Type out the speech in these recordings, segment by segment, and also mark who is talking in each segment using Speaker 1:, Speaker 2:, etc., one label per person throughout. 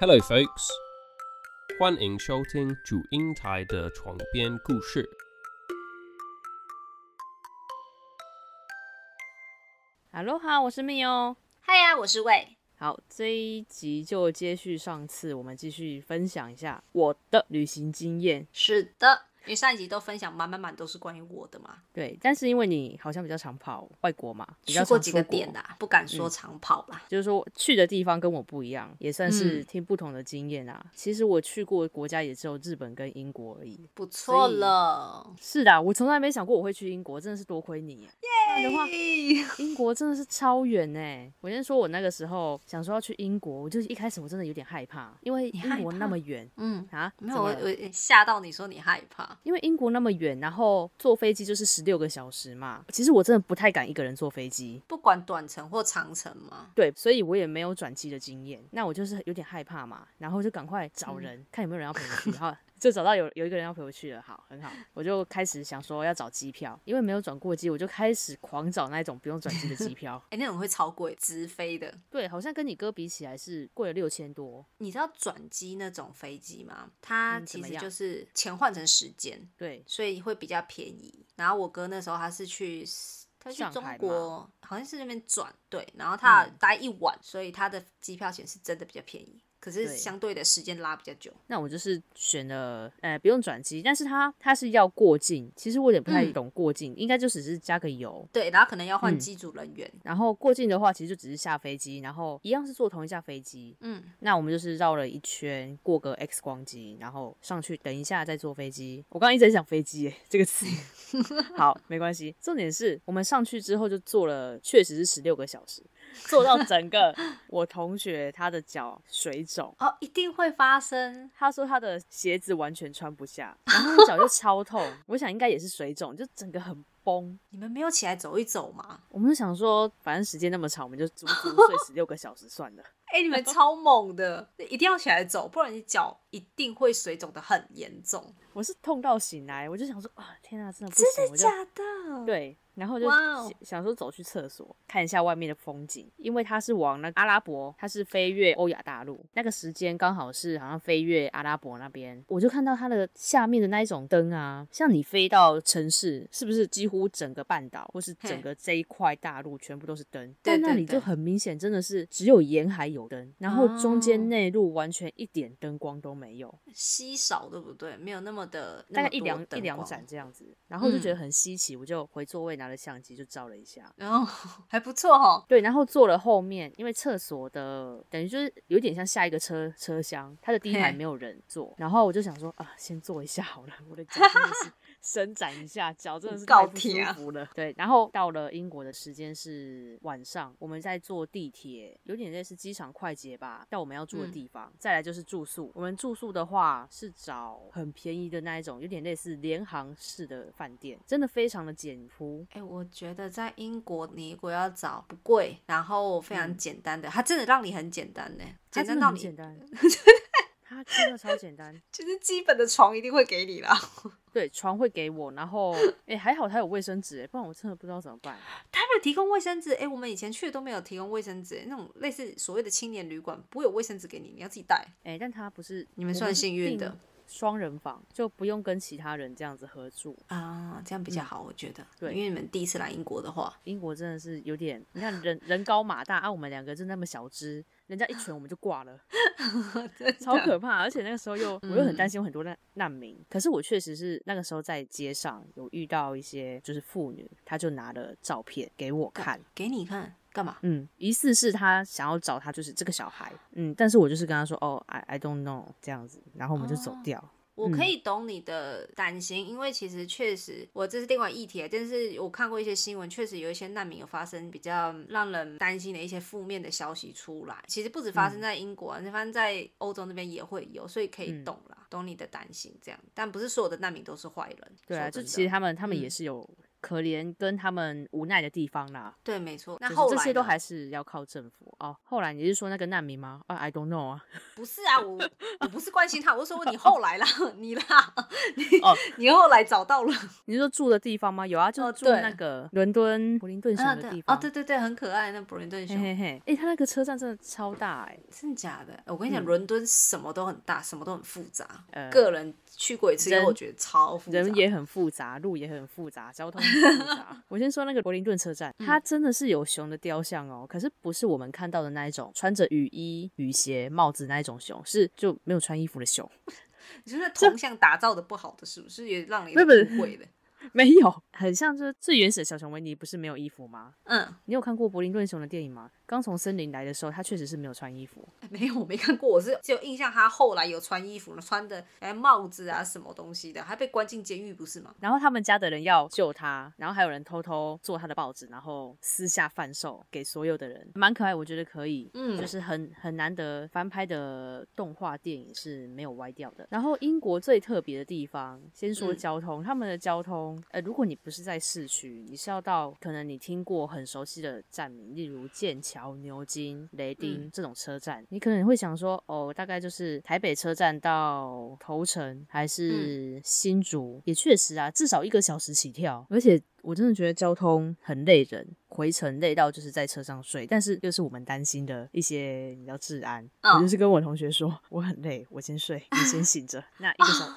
Speaker 1: Hello, folks！欢迎收听主英台的床边故事。
Speaker 2: 哈喽哈，我是蜜哦。
Speaker 3: 嗨呀、我是魏。
Speaker 2: 好，这一集就接续上次，我们继续分享一下我的旅行经验。
Speaker 3: 是的，因为上一集都分享满满满都是关于我的嘛，
Speaker 2: 对，但是因为你好像比较常跑外国嘛，比较
Speaker 3: 去
Speaker 2: 常
Speaker 3: 过几嗯个
Speaker 2: 出国
Speaker 3: 点啊啦、不敢说长跑啦。
Speaker 2: 就是说去的地方跟我不一样，也算是
Speaker 3: 嗯
Speaker 2: 听不同的经验啊。其实我去过的国家也只有日本跟英国而已。
Speaker 3: 不错了，
Speaker 2: 是的，啊我从来没想过我会去英国，真的是多亏你耶。不然的话，
Speaker 3: 嘿
Speaker 2: 英国真的是超远呢。我先说，我那个时候想说要去英国，我就一开始我真的有点害怕，因为
Speaker 3: 你害
Speaker 2: 英国那
Speaker 3: 怕
Speaker 2: 么远
Speaker 3: 嗯，
Speaker 2: 啊，
Speaker 3: 没有，
Speaker 2: 怎
Speaker 3: 我
Speaker 2: 么了
Speaker 3: 我吓到你说你害怕，
Speaker 2: 因为英国那么远，然后坐飞机就是十六个小时嘛。其实我真的不太敢一个人坐飞机，
Speaker 3: 不管短程或长程嘛。。
Speaker 2: 对，所以我也没有转机的经验。那我就是有点害怕嘛，然后就赶快找人，看有没有人要陪我去。好， 就找到有有一个人要陪我去了，好，很好。我就开始想说要找机票，因为没有转过机，我就开始狂找那种不用转机的机票
Speaker 3: 哎、那种会超贵，直飞的。
Speaker 2: 对，好像跟你哥比起来是贵了六千多。
Speaker 3: 你知道转机那种飞机吗？它
Speaker 2: 嗯怎
Speaker 3: 其
Speaker 2: 么
Speaker 3: 实
Speaker 2: 样
Speaker 3: 就是钱换成时间，
Speaker 2: 对，
Speaker 3: 所以会比较便宜。然后我哥那时候他是去，他去
Speaker 2: 上
Speaker 3: 中
Speaker 2: 海
Speaker 3: 国，好像是那边转对，然后他
Speaker 2: 嗯
Speaker 3: 待一晚，所以他的机票钱是真的比较便宜，可
Speaker 2: 对
Speaker 3: 是相对的时间拉比较久。
Speaker 2: 那我就是选了，呃，不用转机，但是它它是要过境。其实我有点不太
Speaker 3: 嗯
Speaker 2: 懂过境，应该就只是加个油，
Speaker 3: 对，然后可能要换
Speaker 2: 嗯
Speaker 3: 机组人员。
Speaker 2: 然后过境的话，其实就只是下飞机，然后一样是坐同一架飞机。
Speaker 3: 嗯，
Speaker 2: 那我们就是绕了一圈，过个 X 光机，然后上去等一下再坐飞机。我刚刚一直在讲飞机耶这个词，好，没关系。重点是我们上去之后就坐了，确实是十六个小时，坐到整个我同学他的脚水肿。
Speaker 3: 哦，一定会发生。
Speaker 2: 他说他的鞋子完全穿不下，然后脚就超痛，我想应该也是水肿，就整个很崩。
Speaker 3: 你们没有起来走一走吗？
Speaker 2: 我们就想说，反正时间那么长，我们就足足睡十六个小时算了。
Speaker 3: 哎、你们超猛的，一定要起来走，不然你脚一定会水肿的很严重。
Speaker 2: 我是痛到醒来，我就想说啊，天啊，真的不行，
Speaker 3: 真的
Speaker 2: 我就
Speaker 3: 假的？，
Speaker 2: 对，然后我就
Speaker 3: 哇哦
Speaker 2: 想想说走去厕所看一下外面的风景，因为它是往那个阿拉伯，它是飞越欧亚大陆，那个时间刚好是好像飞越阿拉伯那边，我就看到它的下面的那一种灯啊，像你飞到城市，是不是几乎整个半岛或是整
Speaker 3: 嘿
Speaker 2: 个这一块大陆全部都是灯？
Speaker 3: 对
Speaker 2: 但那
Speaker 3: 对
Speaker 2: 里就
Speaker 3: 对
Speaker 2: 很明显，真的是只有沿海有灯，然后中
Speaker 3: 哦
Speaker 2: 间内陆完全一点灯光都没有。
Speaker 3: 稀少对不对？没有那么的，
Speaker 2: 大
Speaker 3: 那
Speaker 2: 概
Speaker 3: 么
Speaker 2: 一
Speaker 3: 多
Speaker 2: 两一
Speaker 3: 灯
Speaker 2: 两
Speaker 3: 光
Speaker 2: 盏这样子，然后我就觉得
Speaker 3: 嗯
Speaker 2: 很稀奇，我就回座位拿了相机就照了一下。
Speaker 3: 然后哦 还不错哈、
Speaker 2: 对，然后坐了后面，因为厕所的等于就是有点像下一个车车厢，它的第一排
Speaker 3: 嘿
Speaker 2: 没有人坐，然后我就想说啊，先坐一下好了，我的脚真的 是伸展一下，脚真的是太
Speaker 3: 够
Speaker 2: 不舒
Speaker 3: 疼
Speaker 2: 服了。对，然后到了英国的时间是晚上，我们在坐地铁，有点类似机场快捷吧，到我们要住的
Speaker 3: 嗯
Speaker 2: 地方。再来就是住宿，我们住宿的话是找很便宜的那一种，有点类似联航式的饭店，真的非常的简朴。
Speaker 3: 哎、我觉得在英国，你如果要找不贵，然后非常
Speaker 2: 嗯
Speaker 3: 简单的，它真的让你很简单呢，
Speaker 2: 它
Speaker 3: 简
Speaker 2: 真的
Speaker 3: 单到
Speaker 2: 很
Speaker 3: 你
Speaker 2: 简单， 它真的超简单。
Speaker 3: 就是基本的床一定会给你 啦。
Speaker 2: 对，床会给我，然 后哎、还好他有卫生纸，哎，不然我真的不知道怎么办。
Speaker 3: 他们有提供卫生纸，哎、我们以前去的都没有提供卫生纸，那种类似所谓的青年旅馆不会有卫生纸给你，你要自己带。
Speaker 2: 哎、但他不是
Speaker 3: 你们算幸运的，
Speaker 2: 我们是订双人房就不用跟其他人这样子合住。
Speaker 3: 啊，这样比较好，我觉得。
Speaker 2: 对
Speaker 3: 因为你们第一次来英国的话，
Speaker 2: 英国真的是有点，你看 人人高马大啊，我们两个就那么小只，人家一拳我们就挂 了，超可怕。而且那个时候又我又很担心有很多难难民，可是我确实是那个时候在街上有遇到一些就是妇女，她就拿了照片给我看，
Speaker 3: 给你看干嘛？
Speaker 2: 嗯，疑似是他想要找他，就是这个小孩，嗯，但是我就是跟他说，哦，I I don't know 这样子，然后我们就走
Speaker 3: 哦
Speaker 2: 掉。
Speaker 3: 我
Speaker 2: 嗯
Speaker 3: 可以懂你的担心，因为其实确实，我这是另外议题，啊但是我看过一些新闻，确实有一些难民有发生比较让人担心的一些负面的消息出来。其实不止发
Speaker 2: 嗯
Speaker 3: 生在英国、啊，发生在欧洲那边也会有，所以可以
Speaker 2: 嗯
Speaker 3: 懂啦，懂你的担心这样。但不是所有的难民都是坏人，
Speaker 2: 对啊，
Speaker 3: 说
Speaker 2: 就
Speaker 3: 真的
Speaker 2: 其实他们他们也
Speaker 3: 嗯
Speaker 2: 是有可怜跟他们无奈的地方啦。
Speaker 3: 对，没错。那
Speaker 2: 就是
Speaker 3: 后来
Speaker 2: 这些都
Speaker 3: 呢
Speaker 2: 还是要靠政府哦。后来你是说那个难民吗？啊，I don't know 啊。
Speaker 3: 不是啊，我我不是关心他，我是说你后来啦，你啦，你
Speaker 2: 哦
Speaker 3: 你后来找到了
Speaker 2: 你是说住的地方吗？有啊，就是
Speaker 3: 哦
Speaker 2: 住
Speaker 3: 对
Speaker 2: 那个伦敦伯林顿
Speaker 3: 啊
Speaker 2: 熊的
Speaker 3: 对
Speaker 2: 地方。
Speaker 3: 哦，对对对，很可爱那伯林顿
Speaker 2: 嘿
Speaker 3: 熊，
Speaker 2: 嘿嘿，哎、他那个车站真的超大哎、
Speaker 3: 真的假的？我跟你讲，
Speaker 2: 嗯
Speaker 3: 伦敦什么都很大，什么都很复杂。
Speaker 2: 呃，
Speaker 3: 个人去过一次以
Speaker 2: 人
Speaker 3: 后，我觉得超复杂。
Speaker 2: 人也很复杂，路也很复杂，交通也很复杂。我先说那个柏林顿车站，
Speaker 3: 嗯
Speaker 2: 它真的是有熊的雕像哦，可是不是我们看到的那一种穿着雨衣、雨鞋、帽子那一种熊，是就没有穿衣服的熊。
Speaker 3: 你就是铜像打造的不好的，是不是也让你
Speaker 2: 不是
Speaker 3: 误
Speaker 2: 不是
Speaker 3: 会了？
Speaker 2: 没有，很像就是最原始的小熊维尼，不是没有衣服吗？
Speaker 3: 嗯，
Speaker 2: 你有看过柏林顿熊的电影吗？刚从森林来的时候，它确实是没有穿衣服。
Speaker 3: 哎没有，我没看过，我是只有印象他后来有穿衣服，穿的哎帽子啊什么东西的，还被关进监狱不是吗？
Speaker 2: 然后他们家的人要救他，然后还有人偷偷做他的报纸，然后私下贩售给所有的人，蛮可爱，我觉得可以。
Speaker 3: 嗯
Speaker 2: 就是很很难得翻拍的动画电影是没有歪掉的。然后英国最特别的地方，先说
Speaker 3: 嗯
Speaker 2: 交通，他们的交通，呃，如果你不是在市区，你是要到可能你听过很熟悉的站名，例如剑桥、牛津、
Speaker 3: 嗯
Speaker 2: 雷丁、这种车站，你可能会想说，哦，大概就是台北车站到头城还是新竹，也确实啊，至少一个小时起跳，而且。我真的觉得交通很累人，回程累到就是在车上睡，但是又是我们担心的一些，你知道治安。
Speaker 3: 嗯
Speaker 2: 我就是跟我同学说，我很累，我先睡，你先醒着。那一个小时，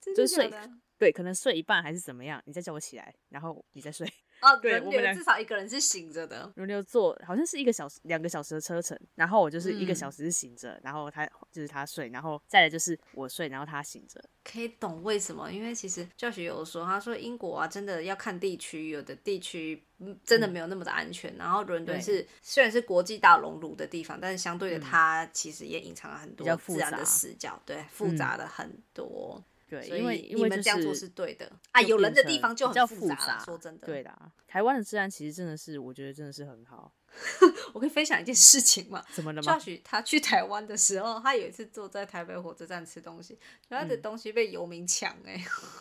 Speaker 3: 真
Speaker 2: 就
Speaker 3: 的
Speaker 2: 是
Speaker 3: 假
Speaker 2: 睡
Speaker 3: 的？
Speaker 2: 对，可能睡一半还是怎么样，你再叫我起来，然后你再睡，
Speaker 3: 哦，
Speaker 2: 对
Speaker 3: 轮
Speaker 2: 我们
Speaker 3: 流
Speaker 2: 俩
Speaker 3: 至少一个人是醒着的。
Speaker 2: 轮流坐，好像是一个小时、两个小时的车程。然后我就是一个
Speaker 3: 嗯
Speaker 2: 小时是醒着，然后他就是他睡，然后再来就是我睡，然后他醒着。
Speaker 3: 可以懂为什么，因为其实教学有说，他说英国啊，真的要看地区，有的地区嗯真的没有那么的安全。然后伦敦
Speaker 2: 对
Speaker 3: 是虽然是国际大熔炉的地方，但是相对的，
Speaker 2: 嗯
Speaker 3: 它其实也隐藏了很
Speaker 2: 比较
Speaker 3: 多
Speaker 2: 复
Speaker 3: 自然
Speaker 2: 杂嗯
Speaker 3: 的死角，对，复杂的很多。
Speaker 2: 对，
Speaker 3: 所
Speaker 2: 因为
Speaker 3: 以
Speaker 2: 因
Speaker 3: 你
Speaker 2: 为
Speaker 3: 们
Speaker 2: 就
Speaker 3: 这样做
Speaker 2: 是
Speaker 3: 是对的啊，
Speaker 2: 就
Speaker 3: 有人
Speaker 2: 变
Speaker 3: 的地
Speaker 2: 成
Speaker 3: 方就
Speaker 2: 比较
Speaker 3: 很
Speaker 2: 复
Speaker 3: 复杂
Speaker 2: 杂
Speaker 3: 了。说真的，
Speaker 2: 对，啦，台湾的治安其实真的是，我觉得真的是很好。
Speaker 3: 我可以分享一件事情嘛，
Speaker 2: 怎么了吗？
Speaker 3: Josh 他去台湾的时候，他有一次坐在台北火车站吃东西，然后他的
Speaker 2: 嗯
Speaker 3: 东西被游民抢哎、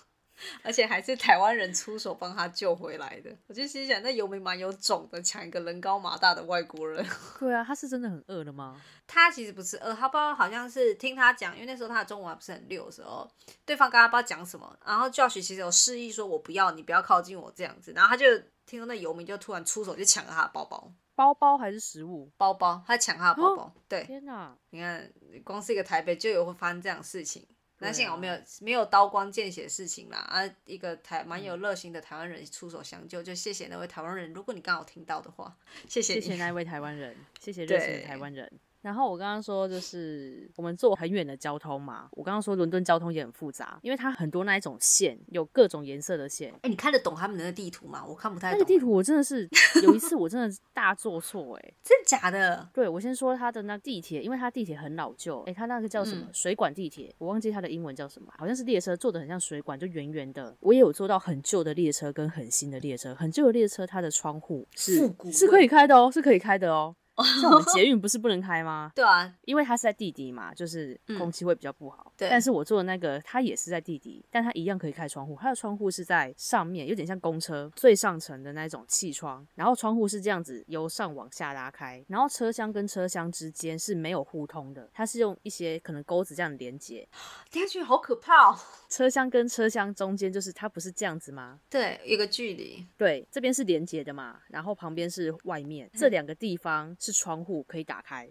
Speaker 3: 而且还是台湾人出手帮他救回来的。我就心想，那游民蛮有种的，抢一个人高马大的外国人。
Speaker 2: 对啊，他是真的很饿了吗？
Speaker 3: 他其实不是饿，他不知道好像是听他讲，因为那时候他的中文还不是很溜的时候，对方跟他不知道讲什么，然后 Josh 其实有示意说我不要，你不要靠近我这样子，然后他就听到那游民就突然出手就抢了他的包包。
Speaker 2: 包包还是食物？
Speaker 3: 包包，他抢他的包
Speaker 2: 哦
Speaker 3: 包，对，
Speaker 2: 天哪！
Speaker 3: 你看，光是一个台北就有会发生这样的事情。
Speaker 2: 对啊
Speaker 3: 那幸好没有没有刀光剑血的事情啦啊！一个台蛮
Speaker 2: 嗯
Speaker 3: 有热心的台湾人出手相救，就谢谢那位台湾人。如果你刚好听到的话，谢谢
Speaker 2: 谢谢
Speaker 3: 你。
Speaker 2: 那一位台湾人，谢谢热情的台湾人。然后我刚刚说，就是我们坐很远的交通嘛。我刚刚说伦敦交通也很复杂，因为它很多那一种线，有各种颜色的线。
Speaker 3: 哎、你看得懂他们的地图吗？我看不太
Speaker 2: 那
Speaker 3: 懂。
Speaker 2: 个地图我真的是有一次我真的大做错哎、
Speaker 3: 真的假的？
Speaker 2: 对我先说它的那地铁，因为它地铁很老旧，哎、它那个叫什么、
Speaker 3: 嗯
Speaker 2: 水管地铁，我忘记它的英文叫什么，好像是列车做的很像水管，就圆圆的。我也有坐到很旧的列车跟很新的列车，很旧的列车它的窗户
Speaker 3: 复
Speaker 2: 是
Speaker 3: 古
Speaker 2: 是可以开的哦，是可以开的哦。像我们捷运不是不能开吗？
Speaker 3: 对啊，
Speaker 2: 因为它是在地底嘛，就是空气会比较不好。
Speaker 3: 对
Speaker 2: 但是我坐的那个，它也是在地底，但它一样可以开窗户。它的窗户是在上面，有点像公车最上层的那种气窗，然后窗户是这样子由上往下拉开，然后车厢跟车厢之间是没有互通的，它是用一些可能钩子这样连接。
Speaker 3: 听下去好可怕哦。
Speaker 2: 车厢跟车厢中间就是它不是这样子吗？
Speaker 3: 对，有个距离。
Speaker 2: 对，这边是连接的嘛，然后旁边是外面，这
Speaker 3: 嗯
Speaker 2: 两个地方是窗户可以打 开，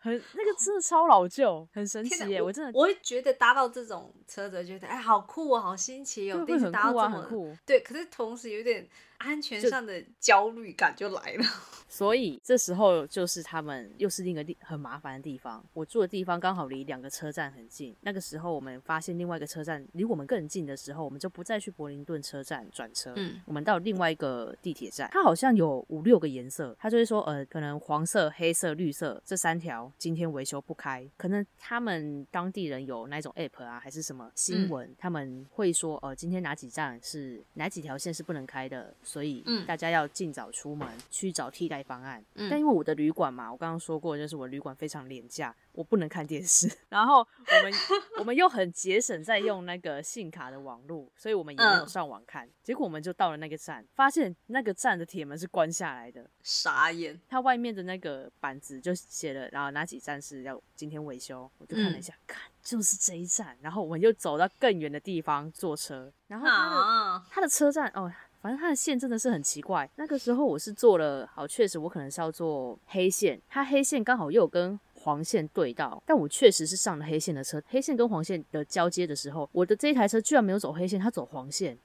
Speaker 2: 很那个真的超老旧，很神
Speaker 3: 天
Speaker 2: 奇
Speaker 3: 哪，
Speaker 2: 耶！我真的
Speaker 3: 我会觉得搭到这种车子，觉得哎、好酷哦，好新奇哦，
Speaker 2: 对
Speaker 3: 第
Speaker 2: 会
Speaker 3: 一次
Speaker 2: 很
Speaker 3: 搭
Speaker 2: 酷
Speaker 3: 到
Speaker 2: 啊，
Speaker 3: 这
Speaker 2: 很
Speaker 3: 么。
Speaker 2: 酷。
Speaker 3: 对，可是同时有点安全
Speaker 2: 就
Speaker 3: 上的焦虑感就来了。
Speaker 2: 所以这时候就是他们又是另一个地很麻烦的地方。我住的地方刚好离两个车站很近，那个时候我们发现另外一个车站离我们更近的时候，我们就不再去柏林顿车站转车，
Speaker 3: 嗯
Speaker 2: 我们到另外一个地铁站，它好像有五六个颜色，它就会说呃，可能黄黄色、黑色、绿色这三条今天维修不开，可能他们当地人有那种 app 啊，还是什么
Speaker 3: 嗯
Speaker 2: 新闻，他们会说，呃，今天哪几站是哪几条线是不能开的，所以
Speaker 3: 嗯
Speaker 2: 大家要尽早出门去找替代方案。
Speaker 3: 嗯
Speaker 2: 但因为我的旅馆嘛，我刚刚说过，就是我旅馆非常廉价，我不能看电视， 然后我们我们又很节省在用那个信卡的网络，所以我们也没有
Speaker 3: 嗯
Speaker 2: 上网看。结果我们就到了那个站，发现那个站的铁门是关下来的。
Speaker 3: 傻眼，
Speaker 2: 它外面的那个板子就写了，然后哪几站是要今天维修，我就看
Speaker 3: 嗯
Speaker 2: 了一下，看就是这一站，然后我们又走到更远的地方坐车，然后它的、
Speaker 3: 啊，
Speaker 2: 它的车站哦，反正它的线真的是很奇怪。那个时候我是坐了，好，确实我可能是要坐黑线，它黑线刚好又有跟。黄线对到，但我确实是上了黑线的车。黑线跟黄线的交接的时候，我的这一台车居然没有走黑线，它走黄线。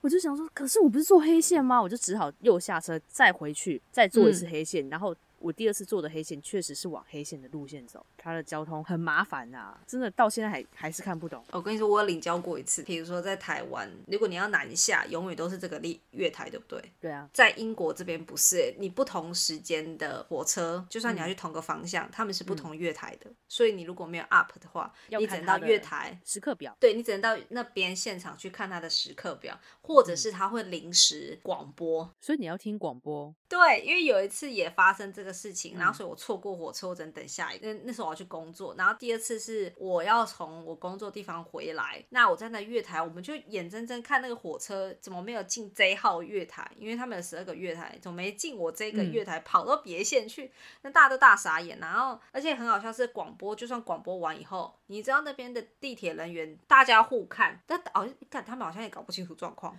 Speaker 2: 我就想说，可是我不是坐黑线吗？我就只好又下车再回去，再坐一次黑线。然后我第二次坐的黑线确实是往黑线的路线走，它的交通很麻烦啊，真的到现在还还是看不懂。
Speaker 3: 我跟你说，我有领教过一次。比如说在台湾，如果你要南下，永远都是这个月月台，对不对？
Speaker 2: 对啊，
Speaker 3: 在英国这边不是，你不同时间的火车，就算你要去同个方向，他们是不同月台的，所以你如果没有 up 的话，
Speaker 2: 要
Speaker 3: 你只
Speaker 2: 看
Speaker 3: 能
Speaker 2: 它
Speaker 3: 到
Speaker 2: 的
Speaker 3: 月台。
Speaker 2: 时刻表。
Speaker 3: 对你只能到那边现场去看他的时刻表，或者是他会临时广播，
Speaker 2: 所以你要听广播，
Speaker 3: 对，因为有一次也发生这个事情，
Speaker 2: 嗯
Speaker 3: 然后所以我错过火车，我只能等下一。那那时候我要去工作，然后第二次是我要从我工作地方回来，那我站在月台，我们就眼睁睁看那个火车怎么没有进 J 号月台，因为他们有十二个月台，怎么没进我这个
Speaker 2: 嗯
Speaker 3: 月台，跑到别线去，那大家都大傻眼。然后而且很好笑是广播，就算广播完以后，你知道那边的地铁人员大家互看，但好像看他们好像也搞不清楚状况。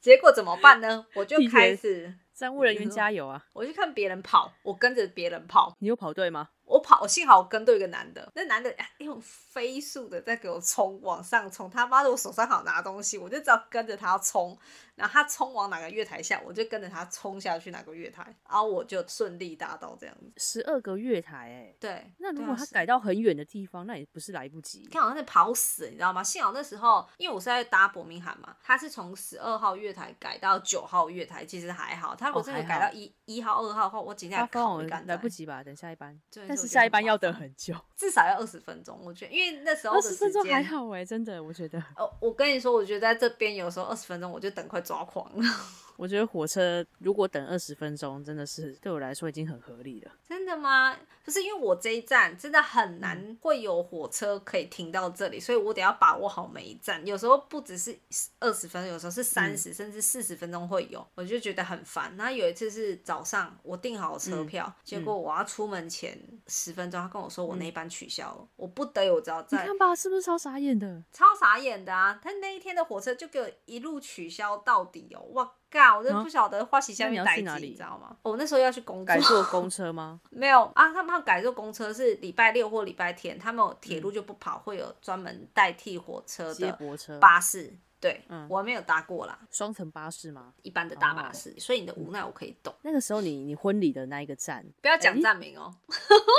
Speaker 3: 结果怎么办呢？我就
Speaker 2: 地铁
Speaker 3: 开始
Speaker 2: 站务人员
Speaker 3: 你说
Speaker 2: 加油啊！
Speaker 3: 我就看别人跑，我跟着别人跑，
Speaker 2: 你有跑对吗？
Speaker 3: 我跑，幸好我跟对一个男的，那男的哎用飞速的在给我冲，往上冲，他妈的我手上好拿东西，我就只好跟着他冲，然后他冲往哪个月台下，我就跟着他冲下去哪个月台，然后我就顺利达到这样子。
Speaker 2: 十二个月台哎、
Speaker 3: 对，
Speaker 2: 那如
Speaker 3: 对啊
Speaker 2: 果他
Speaker 3: 是
Speaker 2: 改到很远的地方，那也不是来不及
Speaker 3: 你。看，好像在跑死，你知道吗？幸好那时候，因为我是在搭伯明翰嘛，他是从十二号月台改到九号月台，其实还好。他如果
Speaker 2: 哦
Speaker 3: 真的
Speaker 2: 还
Speaker 3: 改
Speaker 2: 好
Speaker 3: 到一一号、二号的话，我今天
Speaker 2: 发
Speaker 3: 还
Speaker 2: 疯
Speaker 3: 考
Speaker 2: 我
Speaker 3: 一
Speaker 2: 们
Speaker 3: 杆
Speaker 2: 来不，及吧？等下一班，
Speaker 3: 对
Speaker 2: 但
Speaker 3: 所
Speaker 2: 是
Speaker 3: 以我觉
Speaker 2: 下
Speaker 3: 得
Speaker 2: 一班
Speaker 3: 很
Speaker 2: 要
Speaker 3: 麻
Speaker 2: 等
Speaker 3: 烦
Speaker 2: 很 久，
Speaker 3: 至少要二十分钟。我觉得，因为那时候
Speaker 2: 二
Speaker 3: 的
Speaker 2: 十分
Speaker 3: 时
Speaker 2: 钟还
Speaker 3: 间
Speaker 2: 好哎、真的，我觉得，
Speaker 3: 哦，我跟你说，我觉得在这边有时候二十分钟我就等快抓狂了，
Speaker 2: 我觉得火车如果等二十分钟，真的是对我来说已经很合理了。
Speaker 3: 真的吗？就是因为我这一站真的很
Speaker 2: 嗯
Speaker 3: 难会有火车可以停到这里，所以我得要把握好每一站。有时候不只是二十分钟，有时候是
Speaker 2: 嗯
Speaker 3: 三十、甚至四十分钟会有，我就觉得很烦。然后有一次是早上我订好
Speaker 2: 嗯
Speaker 3: 车票，结果我要出门前十分钟，他跟我说我那一班取消了，我不得已我只好
Speaker 2: 嗯你
Speaker 3: 在
Speaker 2: 看吧，是不是超傻眼的？
Speaker 3: 超傻眼的啊！他那一天的火车就给我一路取消到底哦，我靠，我真的
Speaker 2: 啊
Speaker 3: 不晓得花旗下面
Speaker 2: 那你要
Speaker 3: 待
Speaker 2: 去
Speaker 3: 机，
Speaker 2: 哪里
Speaker 3: 你知道吗？我那时候要去工作
Speaker 2: 改，坐公车吗？
Speaker 3: 没有啊，他们要改坐公车是礼拜六或礼拜天，他们有铁路就不跑，会有专门代替火车
Speaker 2: 嗯接
Speaker 3: 的
Speaker 2: 驳车、
Speaker 3: 巴士。对，
Speaker 2: 嗯哦
Speaker 3: 我还没有搭过啦，
Speaker 2: 双层巴士吗？
Speaker 3: 一般的大巴士，所以你的无奈我可以懂。
Speaker 2: 那个时候你你婚礼的那一个站，
Speaker 3: 不要讲站名哦，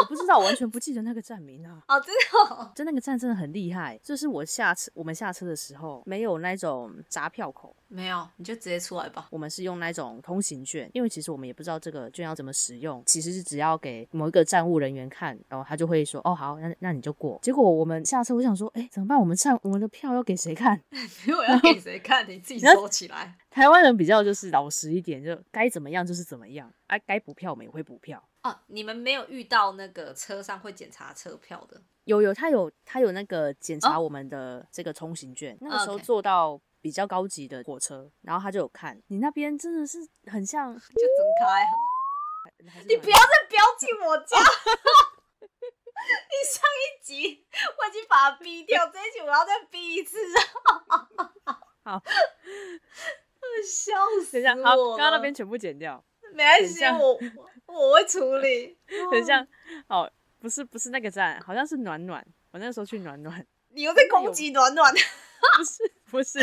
Speaker 2: 我不知道，我完全不记得那个站名啊。
Speaker 3: 哦，真的哦，
Speaker 2: 就那个站真的很厉害，就是我下车，我们下车的时候没有那种闸票口，
Speaker 3: 没有，你就直接出来吧。
Speaker 2: 我们是用那种通行券，因为其实我们也不知道这个券要怎么使用，其实是只要给某一个站务人员看，然后他就会说，哦好，那那你就过。结果我们下车，我想说，哎怎么办？我们站我们的票要给谁看？
Speaker 3: 因为我要给谁看，你自己
Speaker 2: 你要
Speaker 3: 收起来。
Speaker 2: 台湾人比较就是老实一点，就该怎么样就是怎么样，啊该补票我们也会补票。
Speaker 3: 哦，你们没有遇到那个车上会检查车票的，
Speaker 2: 有有，他有他有那个检查
Speaker 3: 哦
Speaker 2: 我们的这个通行券，那个时候
Speaker 3: OK
Speaker 2: 坐到比较高级的火车，然后他就有看你那边真的是很像，
Speaker 3: 就整开啊！
Speaker 2: 还是
Speaker 3: 你
Speaker 2: 蛮
Speaker 3: 不要再标记我家。 你上一集我已经把它逼掉，这一集我要再逼一次，
Speaker 2: 好，
Speaker 3: 笑死
Speaker 2: 等一下，
Speaker 3: 我
Speaker 2: 好，刚刚那
Speaker 3: 了
Speaker 2: 边全部剪掉，
Speaker 3: 没关
Speaker 2: 等一
Speaker 3: 系，
Speaker 2: 下
Speaker 3: 我我会处 理。
Speaker 2: 很 像哦，不是不是那个站，好像是暖暖，我那时候去暖 暖，
Speaker 3: 你又在攻击暖暖，
Speaker 2: 哎不是不是，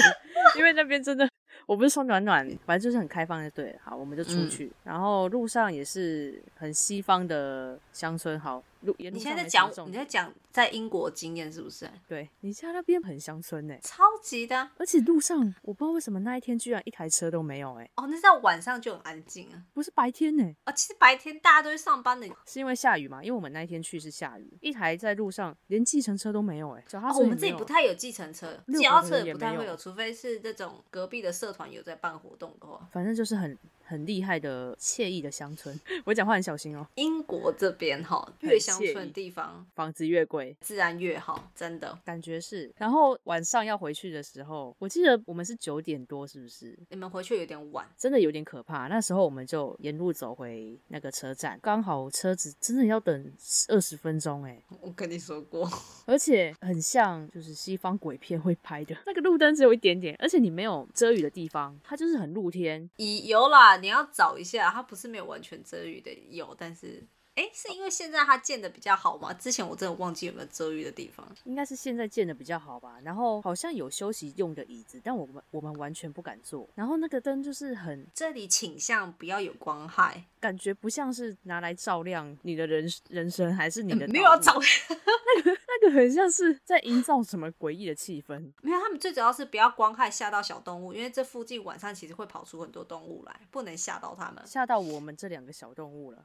Speaker 2: 因为那边真的，我不是说暖暖，反正就是很开放就
Speaker 3: 嗯
Speaker 2: 对了。好，我们就出去，然后路上也是很西方的乡村，好，路沿
Speaker 3: 你
Speaker 2: 路上
Speaker 3: 现在
Speaker 2: 没
Speaker 3: 在
Speaker 2: 什么
Speaker 3: 讲
Speaker 2: 重
Speaker 3: 你
Speaker 2: 点
Speaker 3: 在讲在英国经验是不是？
Speaker 2: 对你家那边很乡村呢、
Speaker 3: 超级的啊
Speaker 2: 而且路上我不知道为什么那一天居然一台车都没有哎、
Speaker 3: 哦，那到晚上就很安静啊。
Speaker 2: 不是白天呢、
Speaker 3: 哦，其实白天大家都去上班的。
Speaker 2: 是因为下雨嘛？因为我们那一天去是下雨，一台在路上连计程车都没有哎、脚踏
Speaker 3: 哦，
Speaker 2: 车、
Speaker 3: 我们这里不。太有计程车，
Speaker 2: 遛
Speaker 3: 脚
Speaker 2: 狗
Speaker 3: 踏
Speaker 2: 的
Speaker 3: 车
Speaker 2: 人也
Speaker 3: 也不太
Speaker 2: 没
Speaker 3: 会
Speaker 2: 有
Speaker 3: 有，除非是这种隔壁的社团有在办活动的话。
Speaker 2: 反正就是很很厉害的惬意的乡村， 我讲话很小心哦、
Speaker 3: 英国这边哈，
Speaker 2: 很
Speaker 3: 越乡
Speaker 2: 惬
Speaker 3: 村的
Speaker 2: 意
Speaker 3: 地方
Speaker 2: 房子越贵，
Speaker 3: 自然越好，真的。
Speaker 2: 感觉是。然后晚上要回去的时候，我记得我们是九点多，是不是？
Speaker 3: 你们回去有点晚，
Speaker 2: 真的有点可怕。那时候我们就沿路走回那个车站，刚好车子真的要等二十分钟哎、
Speaker 3: 我跟你说过，
Speaker 2: 而且很像就是西方鬼片会拍的，那个路灯只有一点点，而且你没有遮雨的地方，它就是很露天。
Speaker 3: 以有啦，你要找一下，它不是没有完全遮雨的，有，但是。哎，是因为现在它建的比较好吗？之前我真的忘记有没有遮雨的地方。
Speaker 2: 应该是现在建的比较好吧，然后好像有休息用的椅子，但我们我们完全不敢坐。然后那个灯就是很
Speaker 3: 这里倾向不要有光害，
Speaker 2: 感觉不像是拿来照亮你的人人生，还是你的、
Speaker 3: 嗯没有要
Speaker 2: 照。
Speaker 3: 找，
Speaker 2: 那个很像是在营造什么诡异的气氛。
Speaker 3: 没有，他们最主要是不要光害吓到小动物，因为这附近晚上其实会跑出很多动物来，不能吓到它们。
Speaker 2: 吓到我们这两个小动 物了。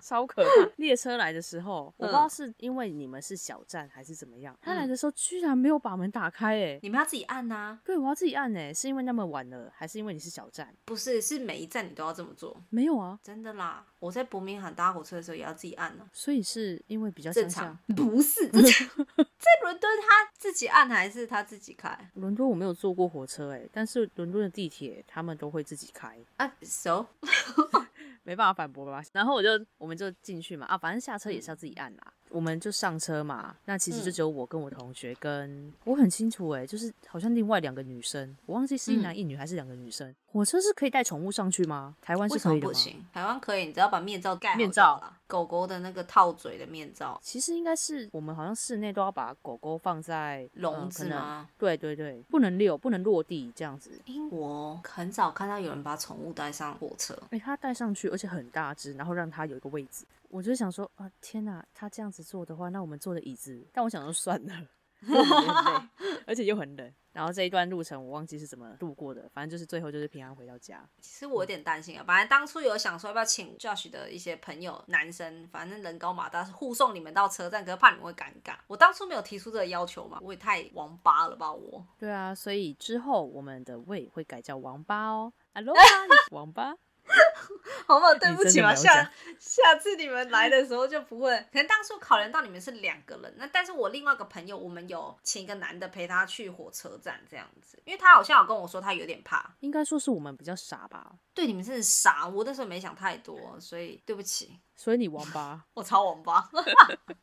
Speaker 2: 超可怕！列车来的时候，我不知道是因为你们是小站还是怎么样，他来的时候居然没有把门打开、欸，
Speaker 3: 你们要自己按啊呐、
Speaker 2: 对，我要自己按、欸，是因为那么晚了，还是因为你是小站？
Speaker 3: 不是，是每一站你都要这么做，
Speaker 2: 没有啊，
Speaker 3: 真的啦。我在伯明翰搭火车的时候也要自己按呢、
Speaker 2: 所以是因为比较
Speaker 3: 正
Speaker 2: 乡
Speaker 3: 常
Speaker 2: 下。
Speaker 3: 不是这这伦敦他自己按还是他自己开
Speaker 2: 伦敦我没有坐过火车、欸，但是伦敦的地铁他们都会自己开，
Speaker 3: 啊？手、
Speaker 2: 没办法反驳吧。然后我就我们就进去嘛，啊，反正下车也是要自己按啦。我们就上车嘛，那其实就
Speaker 3: 嗯
Speaker 2: 只有我跟我同学跟我很清楚哎、就是好像另外两个女生，我忘记是一
Speaker 3: 嗯
Speaker 2: 男一女还是两个女生。火车是可以带宠物上去吗？台湾是
Speaker 3: 为什
Speaker 2: 可以
Speaker 3: 么
Speaker 2: 的
Speaker 3: 不
Speaker 2: 吗？
Speaker 3: 行？台湾可以，你只要把面罩盖好
Speaker 2: 面
Speaker 3: 就好
Speaker 2: 罩
Speaker 3: 啦，狗狗的那个套嘴的面罩
Speaker 2: 其实应该是我们好像室内都要把狗狗放在
Speaker 3: 笼子？
Speaker 2: 呃可能
Speaker 3: 吗？
Speaker 2: 对对对，不能溜，不能落地这样子。
Speaker 3: 英国很少看到有人把宠物带上火车，
Speaker 2: 哎、它带上去，而且很大只，然后让它有一个位置。我就想说，啊，天哪，它这样子做的话，那我们坐的椅子，但我想说算了，因为我们也很累，而且又很冷。然后这一段路程我忘记是怎么度过的，反正就是最后就是平安回到家。
Speaker 3: 其实我有点担心啊。本来当初有想说要不要请 Josh 的一些朋友，男生，反正人高马大，是护送你们到车站，可是怕你们会尴尬。我当初没有提出这个要求嘛，我也太王八了吧我。
Speaker 2: 对啊，所以之后我们的胃会改叫王八哦，Aloha，王八。
Speaker 3: 好吧，对不起嘛，
Speaker 2: 你真的没有
Speaker 3: 下下次你们来的时候就不会。可能当初考量到你们是两个人，那但是我另外一个朋友，我们有请一个男的陪他去火车站这样子，因为他好像有跟我说他有点怕。
Speaker 2: 应该说是我们比较傻吧，
Speaker 3: 对，你们真的傻，我那时候没想太多，所以对不起，
Speaker 2: 所以你王八。
Speaker 3: 我超王八。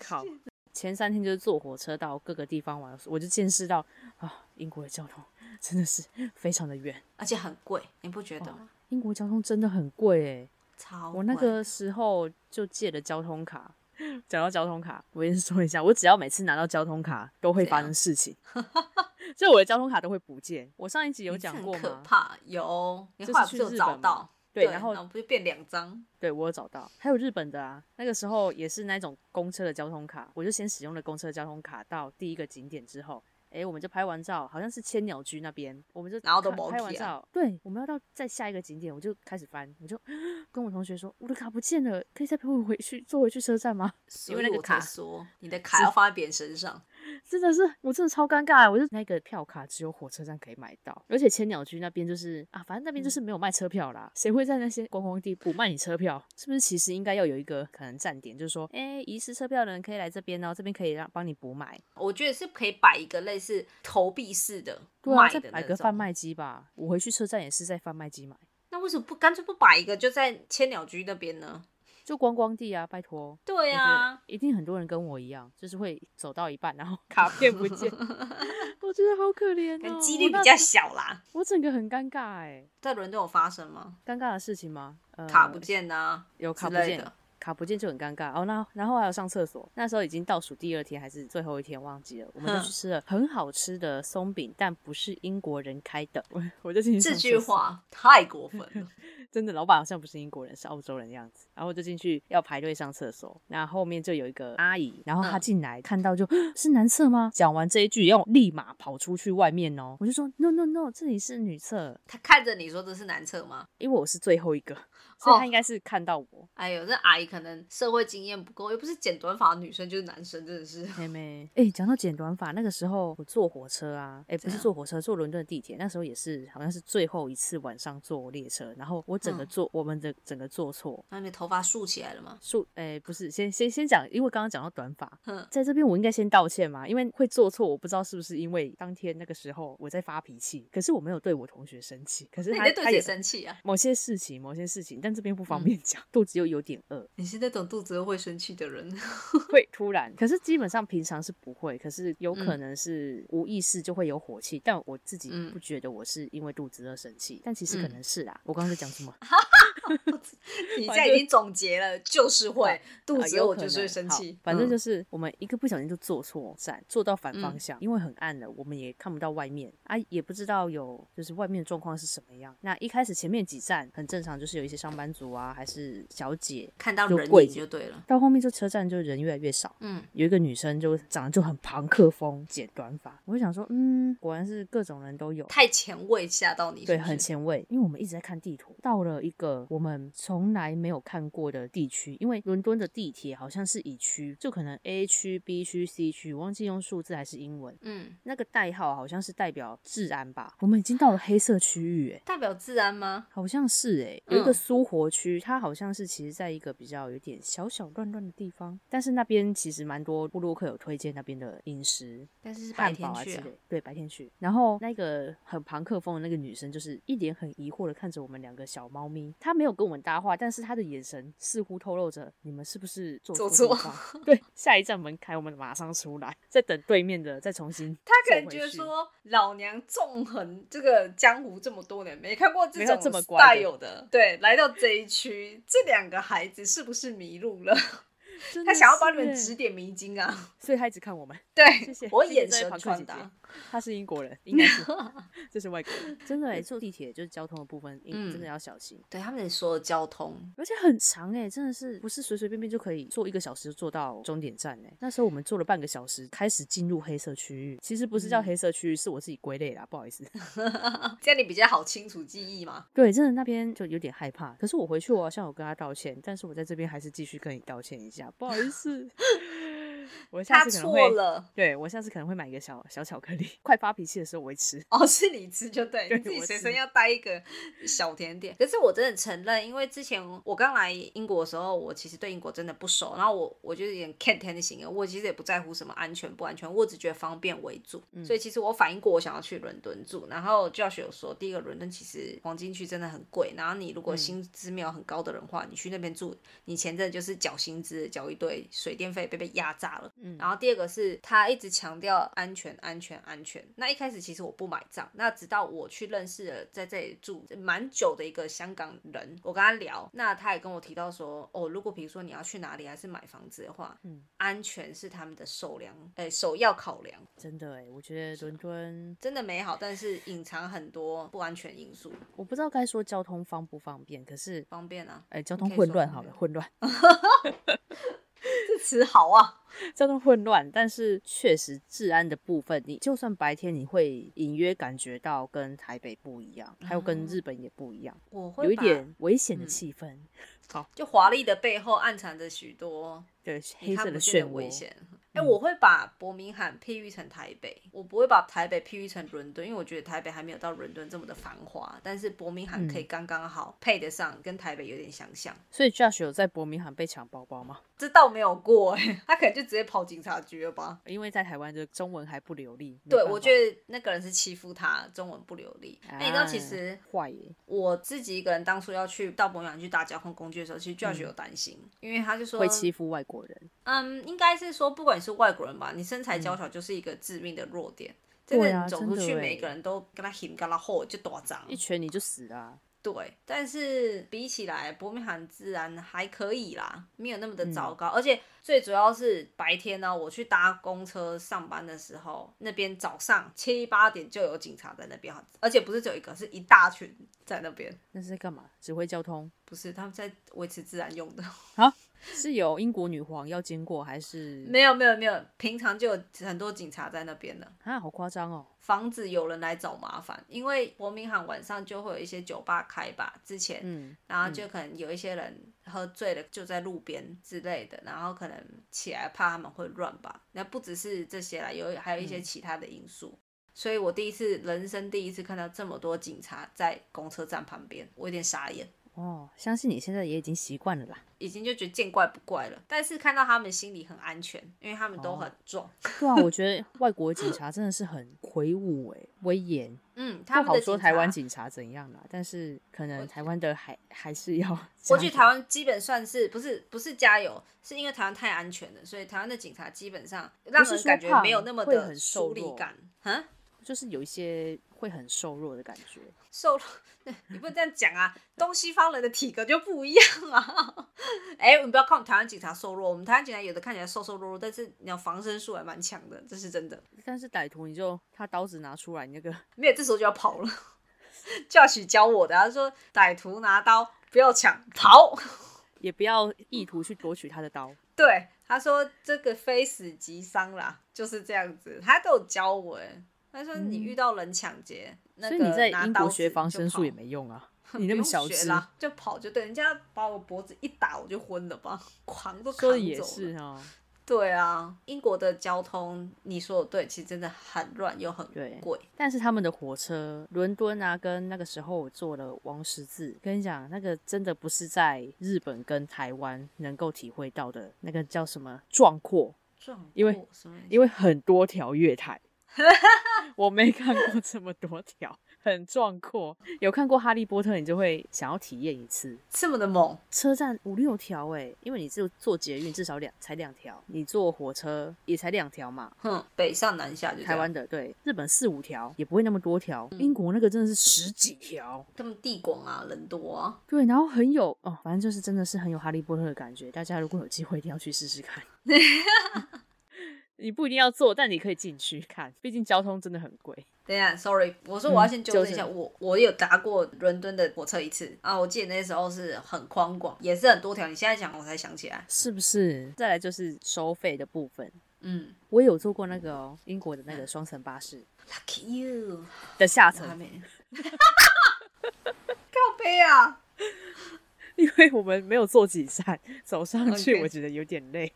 Speaker 2: 靠，前三天就是坐火车到各个地方玩，我就见识到啊，英国的交通真的是非常的远。
Speaker 3: 而且很贵，你不觉得吗？
Speaker 2: 英国交通真的很贵哎，
Speaker 3: 超贵
Speaker 2: 我那个时候就借了交通卡。 讲到交通卡，我先说一下，我只要每次拿到交通卡，都会
Speaker 3: 啊
Speaker 2: 发生事 情，所以我的交通卡都会不见。我上一集有
Speaker 3: 你这
Speaker 2: 讲
Speaker 3: 很
Speaker 2: 过
Speaker 3: 可
Speaker 2: 吗？
Speaker 3: 怕，有，你
Speaker 2: 这
Speaker 3: 后来
Speaker 2: 是
Speaker 3: 不
Speaker 2: 去
Speaker 3: 是有
Speaker 2: 日
Speaker 3: 找
Speaker 2: 本吗
Speaker 3: 到？
Speaker 2: 对，然后
Speaker 3: 然后不就变两张？
Speaker 2: 对我有找到，还有日本的啊，那个时候也是那种公车的交通卡，我就先使用了公车的交通卡到第一个景点之后，诶，我们就拍完照，好像是千鸟居那边，我们就
Speaker 3: 然后都
Speaker 2: 看
Speaker 3: 没
Speaker 2: 拍完
Speaker 3: 去啊
Speaker 2: 照，对，我们要到再下一个景点，我就开始翻，我就 跟我同学说我的卡不见了，可以再陪我回去坐回去车站吗？因
Speaker 3: 所
Speaker 2: 为
Speaker 3: 以
Speaker 2: 那个
Speaker 3: 我才
Speaker 2: 卡
Speaker 3: 说你的卡要放在别人身上，
Speaker 2: 真的是，我真的超尴尬，我就那个票卡只有火车站可以买到，而且千鸟居那边就是啊，反正那边就是没有卖车票啦，谁会在那些观光地补卖你车票？是不是其实应该要有一个可能站点，就是说，哎、遗失车票的人可以来这边哦，这边可以让帮你补买。
Speaker 3: 我觉得是可以摆一个类似投币式的
Speaker 2: 对啊，
Speaker 3: 卖
Speaker 2: 再
Speaker 3: 的那
Speaker 2: 摆个
Speaker 3: 种。
Speaker 2: 贩卖机吧，我回去车站也是在贩卖机买，
Speaker 3: 那为什么不干脆不摆一个就在千鸟居那边呢？
Speaker 2: 就观光地啊，拜托。
Speaker 3: 对
Speaker 2: 我觉得
Speaker 3: 啊，
Speaker 2: 一定很多人跟我一样，就是会走到一半，然后卡片不见， 我觉得好可怜
Speaker 3: 可
Speaker 2: 哦。
Speaker 3: 能几率
Speaker 2: 我那
Speaker 3: 比较
Speaker 2: 时
Speaker 3: 小啦。
Speaker 2: 候，我整个很尴尬哎、
Speaker 3: 在伦敦有发生吗？
Speaker 2: 尴尬的事情吗？呃、
Speaker 3: 卡不见啊，
Speaker 2: 有卡
Speaker 3: 之
Speaker 2: 不
Speaker 3: 类
Speaker 2: 见
Speaker 3: 的，
Speaker 2: 卡不见就很尴尬哦。那然后还有上厕所，那时候已经倒数第二天还是最后一天忘记了，我们就去吃了很好吃的松饼，但不是英国人开的。我我就进去上
Speaker 3: 这
Speaker 2: 厕所
Speaker 3: 句话太过分 了。
Speaker 2: 真的，老板好像不是英国人，是澳洲人的样子。然后我就进去要排队上厕所，那后面就有一个阿姨，然后她
Speaker 3: 嗯
Speaker 2: 进来看到就、是男厕吗？讲完这一句，要立马跑出去外面哦。我就说 no no no，这里是女厕，
Speaker 3: 他看着你说这是男厕吗？
Speaker 2: 因为我是最后一个，所以她
Speaker 3: 哦
Speaker 2: 应该是看到我。
Speaker 3: 哎呦，这阿姨可能社会经验不够，又不是剪短发的女生就是男生，真的是。
Speaker 2: 妹妹，哎、讲到剪短发，那个时候我坐火车啊，哎、不是
Speaker 3: 样
Speaker 2: 坐火车，坐伦敦的地铁，那时候也是好像是最后一次晚上坐列车，然后我整个
Speaker 3: 嗯
Speaker 2: 坐，我们的整个坐错，
Speaker 3: 那你的头发竖起来了吗？
Speaker 2: 数诶、不是，先先先讲，因为刚刚讲到短发
Speaker 3: 嗯，
Speaker 2: 在这边我应该先道歉嘛，因为会做错，我不知道是不是因为当天那个时候我在发脾气，可是我没有对我同学生气，可是
Speaker 3: 那你
Speaker 2: 他
Speaker 3: 在对
Speaker 2: 他
Speaker 3: 谁
Speaker 2: 也
Speaker 3: 生气 啊？
Speaker 2: 某些事情，某些事情，但这边不方
Speaker 3: 嗯
Speaker 2: 便讲，肚子又有点饿，
Speaker 3: 你是那种肚子饿会生气的人。
Speaker 2: 会突然，可是基本上平常是不会，可是有可
Speaker 3: 嗯
Speaker 2: 能是无意识就会有火气，但我自己
Speaker 3: 嗯
Speaker 2: 不觉得我是因为肚子饿生气，但其实可
Speaker 3: 嗯
Speaker 2: 能是啦，我刚刚在讲什么？
Speaker 3: 你现在已经总结了，就是会 肚
Speaker 2: 啊
Speaker 3: 子
Speaker 2: 有
Speaker 3: 饿，我
Speaker 2: 可
Speaker 3: 就是
Speaker 2: 能
Speaker 3: 会生
Speaker 2: 好
Speaker 3: 气。
Speaker 2: 反正
Speaker 3: 嗯
Speaker 2: 就是我们一个不小心就坐错站，坐到反方
Speaker 3: 嗯
Speaker 2: 向，因为很暗了，我们也看不到外面啊，也不知道有就是外面的状况是什么样。那一开始前面几站很正常，就是有一些上班族啊，还是小姐。
Speaker 3: 看到
Speaker 2: 就
Speaker 3: 人
Speaker 2: 跪
Speaker 3: 影
Speaker 2: 着
Speaker 3: 就对了。
Speaker 2: 到后面就车站就人越来越少，
Speaker 3: 嗯，
Speaker 2: 有一个女生就长得就很朋克风，剪短发，我就想说，嗯，果然是各种人都有。
Speaker 3: 太前卫吓到你是
Speaker 2: 对，
Speaker 3: 不
Speaker 2: 很
Speaker 3: 是
Speaker 2: 前卫，因为我们一直在看地图，到了一个我们从来没有看过的地区，因为伦敦的地铁好像是以区，就可能 A 区、B 区、C 区，我忘记用数字还是英文，
Speaker 3: 嗯，
Speaker 2: 那个代号好像是代表治安吧。我们已经到了黑色区域、欸，
Speaker 3: 代表治安吗？
Speaker 2: 好像是诶、有一个
Speaker 3: 嗯
Speaker 2: 苏活区，它好像是其实在一个比较有点小小乱乱的地方，但是那边其实蛮多布洛克有推荐那边的饮食，
Speaker 3: 但是是白
Speaker 2: 汉
Speaker 3: 天
Speaker 2: 堡啊
Speaker 3: 去
Speaker 2: 之
Speaker 3: 啊
Speaker 2: 类，对，白天去。然后那个很朋克风的那个女生，就是一脸很疑惑的看着我们两个小猫咪，她没有跟我们搭话，但是她的眼神似乎透露着你们是不是做
Speaker 3: 做
Speaker 2: 错地
Speaker 3: 错
Speaker 2: 方？ 对，下一站门开，我们马上出来，再等对面的再重新。
Speaker 3: 他可能觉得，说，老娘纵横这个江湖这么多年，没看过这
Speaker 2: 没有
Speaker 3: 种
Speaker 2: 这么乖的
Speaker 3: 带有的，对，来到这一区，这两个孩子是不是迷路了？他想要帮你们指
Speaker 2: 指，
Speaker 3: 点迷津啊！
Speaker 2: 所以她一直看我们。
Speaker 3: 对
Speaker 2: 谢谢，
Speaker 3: 我
Speaker 2: 谢谢
Speaker 3: 眼
Speaker 2: 这位
Speaker 3: 神
Speaker 2: 庞克
Speaker 3: 传
Speaker 2: 姐
Speaker 3: 达。
Speaker 2: 姐她是英国人，应该 是，这是外国人。真的哎、坐地铁就是交通的部分，嗯、
Speaker 3: 嗯
Speaker 2: 真的要小心。
Speaker 3: 对他们所有交通，
Speaker 2: 而且很长哎、真的是不是随随便便就可以坐一个小时就坐到终点站哎、那时候我们坐了半个小时，开始进入黑色区域。其实不是叫
Speaker 3: 嗯
Speaker 2: 黑色区域，是我自己归类啦，不好意思。
Speaker 3: 这样你比较好清楚记忆嘛。
Speaker 2: 对，真的那边就有点害怕。可是我回去我好像有跟他道歉，但是我在这边还是继续跟你道歉一下，不好意思。 我下
Speaker 3: 他
Speaker 2: 次可能
Speaker 3: 错
Speaker 2: 会，
Speaker 3: 了。
Speaker 2: 对我下次可能会买一个小小巧克力，快发脾气的时候我会吃。
Speaker 3: 哦，是你吃就 对，
Speaker 2: 对
Speaker 3: 你自己
Speaker 2: 我
Speaker 3: 随
Speaker 2: 吃
Speaker 3: 身要带一个小甜点。可是我真的承认，因为之前我刚来英国的时候，我其实对英国真的不熟，然后我我就有点 cat 天的型的，我其实也不在乎什么安全不安全，我只觉得方便为主。
Speaker 2: 嗯
Speaker 3: 所以其实我反应过我想要去伦敦住，然后 Josh 有说，第一个伦敦其实黄金区真的很贵，然后你如果
Speaker 2: 嗯
Speaker 3: 薪资没有很高的人的话，你去那边住，你前阵就是缴薪资缴一堆水电费被被压榨了。
Speaker 2: 嗯
Speaker 3: 然后第二个是他一直强调安全、安全、安全。那一开始其实我不买账，那直到我去认识了在这里住蛮久的一个香港人，我跟他聊，那他也跟我提到说，哦，如果比如说你要去哪里还是买房子的话，
Speaker 2: 嗯
Speaker 3: 安全是他们的首良，呃，首要考量。
Speaker 2: 真的哎、我觉得伦敦
Speaker 3: 真的美好，但是隐藏很多不安全因素，
Speaker 2: 我不知道该说交通方不方便，可是
Speaker 3: 方便啊，
Speaker 2: 哎、交
Speaker 3: 你
Speaker 2: 通
Speaker 3: 可以
Speaker 2: 混
Speaker 3: 说
Speaker 2: 乱
Speaker 3: 方
Speaker 2: 好了，
Speaker 3: 便
Speaker 2: 混乱。
Speaker 3: 这词好啊。
Speaker 2: 交通混乱，但是确实治安的部分，你就算白天你会隐约感觉到跟台北不一样，还有跟
Speaker 3: 哦
Speaker 2: 日本也不一样，
Speaker 3: 我会
Speaker 2: 有一
Speaker 3: 把
Speaker 2: 点危险的
Speaker 3: 嗯
Speaker 2: 气氛。
Speaker 3: 就华丽的背后暗藏着许多
Speaker 2: 对，
Speaker 3: 你
Speaker 2: 黑
Speaker 3: 看
Speaker 2: 色
Speaker 3: 不
Speaker 2: 漩
Speaker 3: 见的危
Speaker 2: 涡。
Speaker 3: 险。哎、
Speaker 2: 嗯
Speaker 3: 我会把伯明翰譬喻成台北，我不会把台北譬喻成伦敦，因为我觉得台北还没有到伦敦这么的繁华，但是伯明翰可以
Speaker 2: 嗯
Speaker 3: 刚刚好配得上，跟台北有点相像。
Speaker 2: 所以 Josh 有在伯明翰被抢包包吗？
Speaker 3: 这倒没有过哎、他可能就直接跑警察局了吧？
Speaker 2: 因为在台湾的中文还不流利。没
Speaker 3: 对，
Speaker 2: 办
Speaker 3: 我
Speaker 2: 法
Speaker 3: 觉得那个人是欺负他，中文不流利。那你知道，
Speaker 2: 啊
Speaker 3: 其实
Speaker 2: 坏耶，
Speaker 3: 我自己一个人当初要去到博洋去搭交通工具的时候，其实 Josh
Speaker 2: 嗯
Speaker 3: 有担心，因为他就说
Speaker 2: 会欺负外国人。
Speaker 3: 嗯，应该是说，不管你是外国人吧，你身材娇小就是一个致命的弱点。真
Speaker 2: 嗯对
Speaker 3: 的，
Speaker 2: 啊
Speaker 3: 你走
Speaker 2: 真
Speaker 3: 出
Speaker 2: 的
Speaker 3: 去，
Speaker 2: 欸
Speaker 3: 每一个人都跟他 him 跟他吼就多脏。
Speaker 2: 一拳你就死了啊、
Speaker 3: 对，但是比起来，伯明翰自然还可以啦，没有那么的
Speaker 2: 嗯
Speaker 3: 糟糕。而且最主要是白天呢、我去搭公车上班的时候，那边早上七八点就有警察在那边，而且不是只有一个，是一大群在那边。
Speaker 2: 那是在干嘛？指挥交通？
Speaker 3: 不是他们在维持治安用的，
Speaker 2: 是有英国女皇要经过，还是
Speaker 3: 没有没有没有，平常就有很多警察在那边的。
Speaker 2: 啊？好夸张哦！
Speaker 3: 防止有人来找麻烦，因为伯明翰晚上就会有一些酒吧开吧，之前，
Speaker 2: 嗯，
Speaker 3: 然后就可能有一些人喝醉了就在路边之类的，然后可能起来怕他们会乱吧。那不只是这些啦，有还有
Speaker 2: 嗯
Speaker 3: 一些其他的因素。所以我第一次人生第一次看到这么多警察在公车站旁边，我有点傻眼，
Speaker 2: 哦，相信你现在也已经习惯了啦。
Speaker 3: 已经就觉得见怪不怪了。但是看到他们心里很安全，因为他们
Speaker 2: 哦
Speaker 3: 都很壮。
Speaker 2: 对啊，我觉得外国警察真的是很魁梧哎、威严。
Speaker 3: 嗯，他
Speaker 2: 不
Speaker 3: 们
Speaker 2: 好
Speaker 3: 的
Speaker 2: 说
Speaker 3: 警察
Speaker 2: 台湾警察怎样啦，但是可能台湾的还还是要
Speaker 3: 我
Speaker 2: 加
Speaker 3: 觉得
Speaker 2: 油
Speaker 3: 台湾基本算是不是不是加油，是因为台湾太安全了，所以台湾的警察基本上让
Speaker 2: 不是
Speaker 3: 人
Speaker 2: 说
Speaker 3: 感觉
Speaker 2: 胖
Speaker 3: 没有那么
Speaker 2: 会
Speaker 3: 的
Speaker 2: 很
Speaker 3: 疏
Speaker 2: 瘦
Speaker 3: 离
Speaker 2: 弱
Speaker 3: 感。啊，
Speaker 2: 就是有一些会很瘦弱的感觉。
Speaker 3: 瘦弱，你不能这样讲啊！东西方人的体格就不一样啊。 哎、你不要看我们台湾警察瘦弱，我们台湾警察有的看起来瘦瘦弱弱，但是你要防身术还蛮强的，这是真的。
Speaker 2: 但是歹徒你就他刀子拿出来，你那个
Speaker 3: 没有，这时候就要跑了。 教许教我的，他啊说歹徒拿刀不要抢，跑。
Speaker 2: 也不要意图去夺取他的刀。
Speaker 3: 对，他说这个非死即伤啦，就是这样子，他都有教我哎。他说你遇到人抢劫，
Speaker 2: 嗯
Speaker 3: 那
Speaker 2: 所以你
Speaker 3: 个
Speaker 2: 在
Speaker 3: 拿
Speaker 2: 英
Speaker 3: 刀
Speaker 2: 国
Speaker 3: 子
Speaker 2: 学防
Speaker 3: 就
Speaker 2: 身术
Speaker 3: 跑
Speaker 2: 也没用 啊，
Speaker 3: 不
Speaker 2: 你那么
Speaker 3: 用
Speaker 2: 小
Speaker 3: 学
Speaker 2: 只，
Speaker 3: 啦，就跑就对，人家把我脖子一打我就昏了吧，狂都扛
Speaker 2: 说
Speaker 3: 走
Speaker 2: 的也
Speaker 3: 了
Speaker 2: 是哦。
Speaker 3: 对啊，英国的交通你说的对，其实真的很乱又很
Speaker 2: 对
Speaker 3: 贵。
Speaker 2: 但是他们的火车，伦敦啊，跟那个时候我坐了王十字，跟你讲，那个真的不是在日本跟台湾能够体会到的那个叫什么壮阔，
Speaker 3: 撞
Speaker 2: 因为
Speaker 3: 过什么意思
Speaker 2: 因为很多条月台，我没看过这么多条，很壮阔。有看过《哈利波特》，你就会想要体验一次。
Speaker 3: 这么的猛，
Speaker 2: 车站五六条哎、因为你只有坐捷运至少两才两条，你坐火车也才两条嘛。
Speaker 3: 哼，北上南下就这
Speaker 2: 台
Speaker 3: 样
Speaker 2: 湾的对，日本四五条也不会那么多条，英国那个真的是十几条。
Speaker 3: 他们地广啊，人多啊。
Speaker 2: 对，然后很有哦，反正就是真的是很有哈利波特的感觉。大家如果有机会，一定要去试试看。 你不一定要坐，但你可以进去看，毕竟交通真的很贵。
Speaker 3: 等一下，sorry，我说我要先纠正一下，
Speaker 2: 嗯纠
Speaker 3: 我我有搭过伦敦的火车一次啊，我记得那时候是很宽广，也是很多条。你现在讲我才想起来，
Speaker 2: 是不是？再来就是收费的部分，
Speaker 3: 嗯
Speaker 2: 我也有坐过那个哦，英国的那个双层巴士
Speaker 3: ，lucky you，
Speaker 2: 的下
Speaker 3: 我还
Speaker 2: 层，
Speaker 3: 没， 靠背啊，
Speaker 2: 因为我们没有坐几站，走上去
Speaker 3: OK
Speaker 2: 我觉得有点累，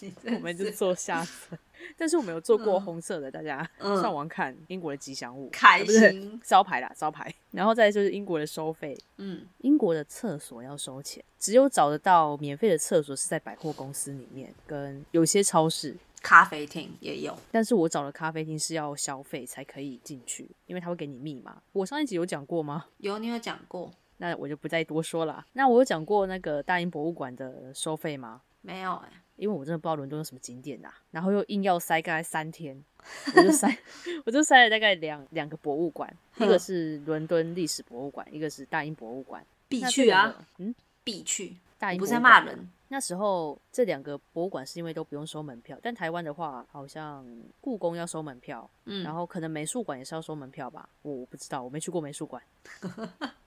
Speaker 3: 你真
Speaker 2: 我们就是坐下层。 但是我们有坐过
Speaker 3: 嗯
Speaker 2: 红色的，大家
Speaker 3: 嗯
Speaker 2: 上网看英国的吉祥物，
Speaker 3: 开
Speaker 2: 啊不是
Speaker 3: 心，
Speaker 2: 招牌啦，招牌。然后再来就是英国的收费，
Speaker 3: 嗯，
Speaker 2: 英国的厕所要收钱，只有找得到免费的厕所是在百货公司里面跟有些超市，
Speaker 3: 咖啡厅也有，
Speaker 2: 但是我找的咖啡厅是要消费才可以进去，因为他会给你密码。我上一集有讲过吗？
Speaker 3: 有你有讲过
Speaker 2: 那我就不再多说了。啊那我有讲过那个大英博物馆的收费吗？
Speaker 3: 没有、欸？哎，
Speaker 2: 因为我真的不知道伦敦有什么景点啊，然后又硬要塞，大概三天，我就 塞，我就塞了大概两两个博物馆，一个
Speaker 3: 哼
Speaker 2: 是伦敦历史博物馆，一个是大英博物馆。
Speaker 3: 必
Speaker 2: 那这
Speaker 3: 去
Speaker 2: 两
Speaker 3: 啊，
Speaker 2: 个！嗯，
Speaker 3: 必去，
Speaker 2: 大
Speaker 3: 你
Speaker 2: 英
Speaker 3: 不是
Speaker 2: 博
Speaker 3: 在
Speaker 2: 物
Speaker 3: 骂
Speaker 2: 馆
Speaker 3: 人，
Speaker 2: 那时候这两个博物馆是因为都不用收门票，但台湾的话，好像故宫要收门票，
Speaker 3: 嗯，
Speaker 2: 然后可能美术馆也是要收门票吧，我我不知道，我没去过美术馆。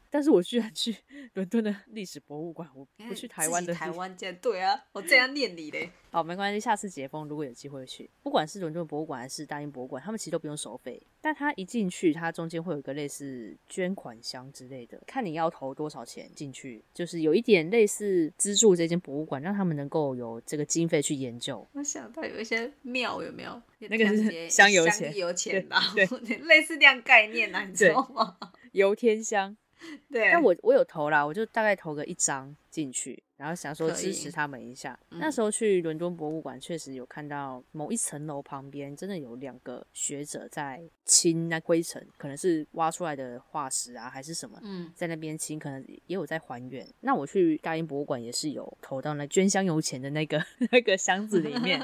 Speaker 2: 但是我居然去伦敦的历史博物馆，我
Speaker 3: 你看
Speaker 2: 不去台
Speaker 3: 哎自
Speaker 2: 湾
Speaker 3: 己
Speaker 2: 的历。
Speaker 3: 台湾见，对啊，我这样念你嘞，
Speaker 2: 好，没关系，下次解封如果有机会去，不管是伦敦博物馆还是大英博物馆，他们其实都不用收费。但它一进去，它中间会有一个类似捐款箱之类的，看你要投多少钱进去，就是有一点类似资助这间博物馆，让他们能够有这个经费去研究。
Speaker 3: 我想到有一些庙有没有？
Speaker 2: 那个是
Speaker 3: 香
Speaker 2: 香油
Speaker 3: 钱，
Speaker 2: 钱
Speaker 3: 油钱吧，
Speaker 2: 对
Speaker 3: 类似这样概念呐、你知道吗？
Speaker 2: 游天香，
Speaker 3: 对，
Speaker 2: 但我我有投啦，我就大概投个一张进去，然后想说
Speaker 3: 可
Speaker 2: 支
Speaker 3: 以
Speaker 2: 持他们一下。
Speaker 3: 嗯
Speaker 2: 那时候去伦敦博物馆，确实有看到某一层楼旁边真的有两个学者在清那灰尘，可能是挖出来的化石啊，还是什么。
Speaker 3: 嗯，
Speaker 2: 在那边清，可能也有在还原。那我去大英博物馆也是有投到那捐香油钱的那个 那个箱子里 面。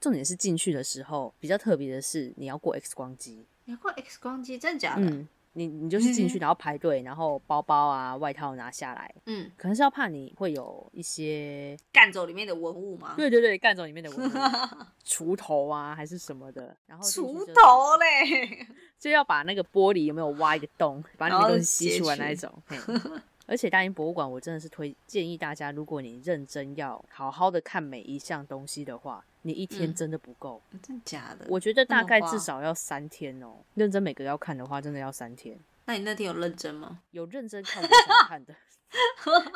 Speaker 2: 重点是进去的时候比较特别的是，你要过 X 光机。
Speaker 3: 有过 X 光机，真的假的？
Speaker 2: 嗯，你你就是进去，然后排队，然后包包啊、外套拿下来，
Speaker 3: 嗯，
Speaker 2: 可能是要怕你会有一些，
Speaker 3: 干走里面的文物吗？
Speaker 2: 对对对，干走里面的 蚊子锄头啊还是什么的，然后进去
Speaker 3: 锄
Speaker 2: 就
Speaker 3: 头 嘞，
Speaker 2: 就要把那个玻璃有没有挖一个洞，把你
Speaker 3: 然
Speaker 2: 的
Speaker 3: 后
Speaker 2: 东西吸
Speaker 3: 截
Speaker 2: 出来
Speaker 3: 取
Speaker 2: 那一种。 嘿而且大英博物馆，我真的是推建议大家，如果你认真要好好的看每一项东西的话，你一天
Speaker 3: 嗯
Speaker 2: 真的不够。
Speaker 3: 真的假的？
Speaker 2: 我觉得大
Speaker 3: 那么
Speaker 2: 概
Speaker 3: 花
Speaker 2: 至少要三天哦，认真每个要看的话，真的要三天。
Speaker 3: 那你那天有认真吗？
Speaker 2: 有认真看我想看的，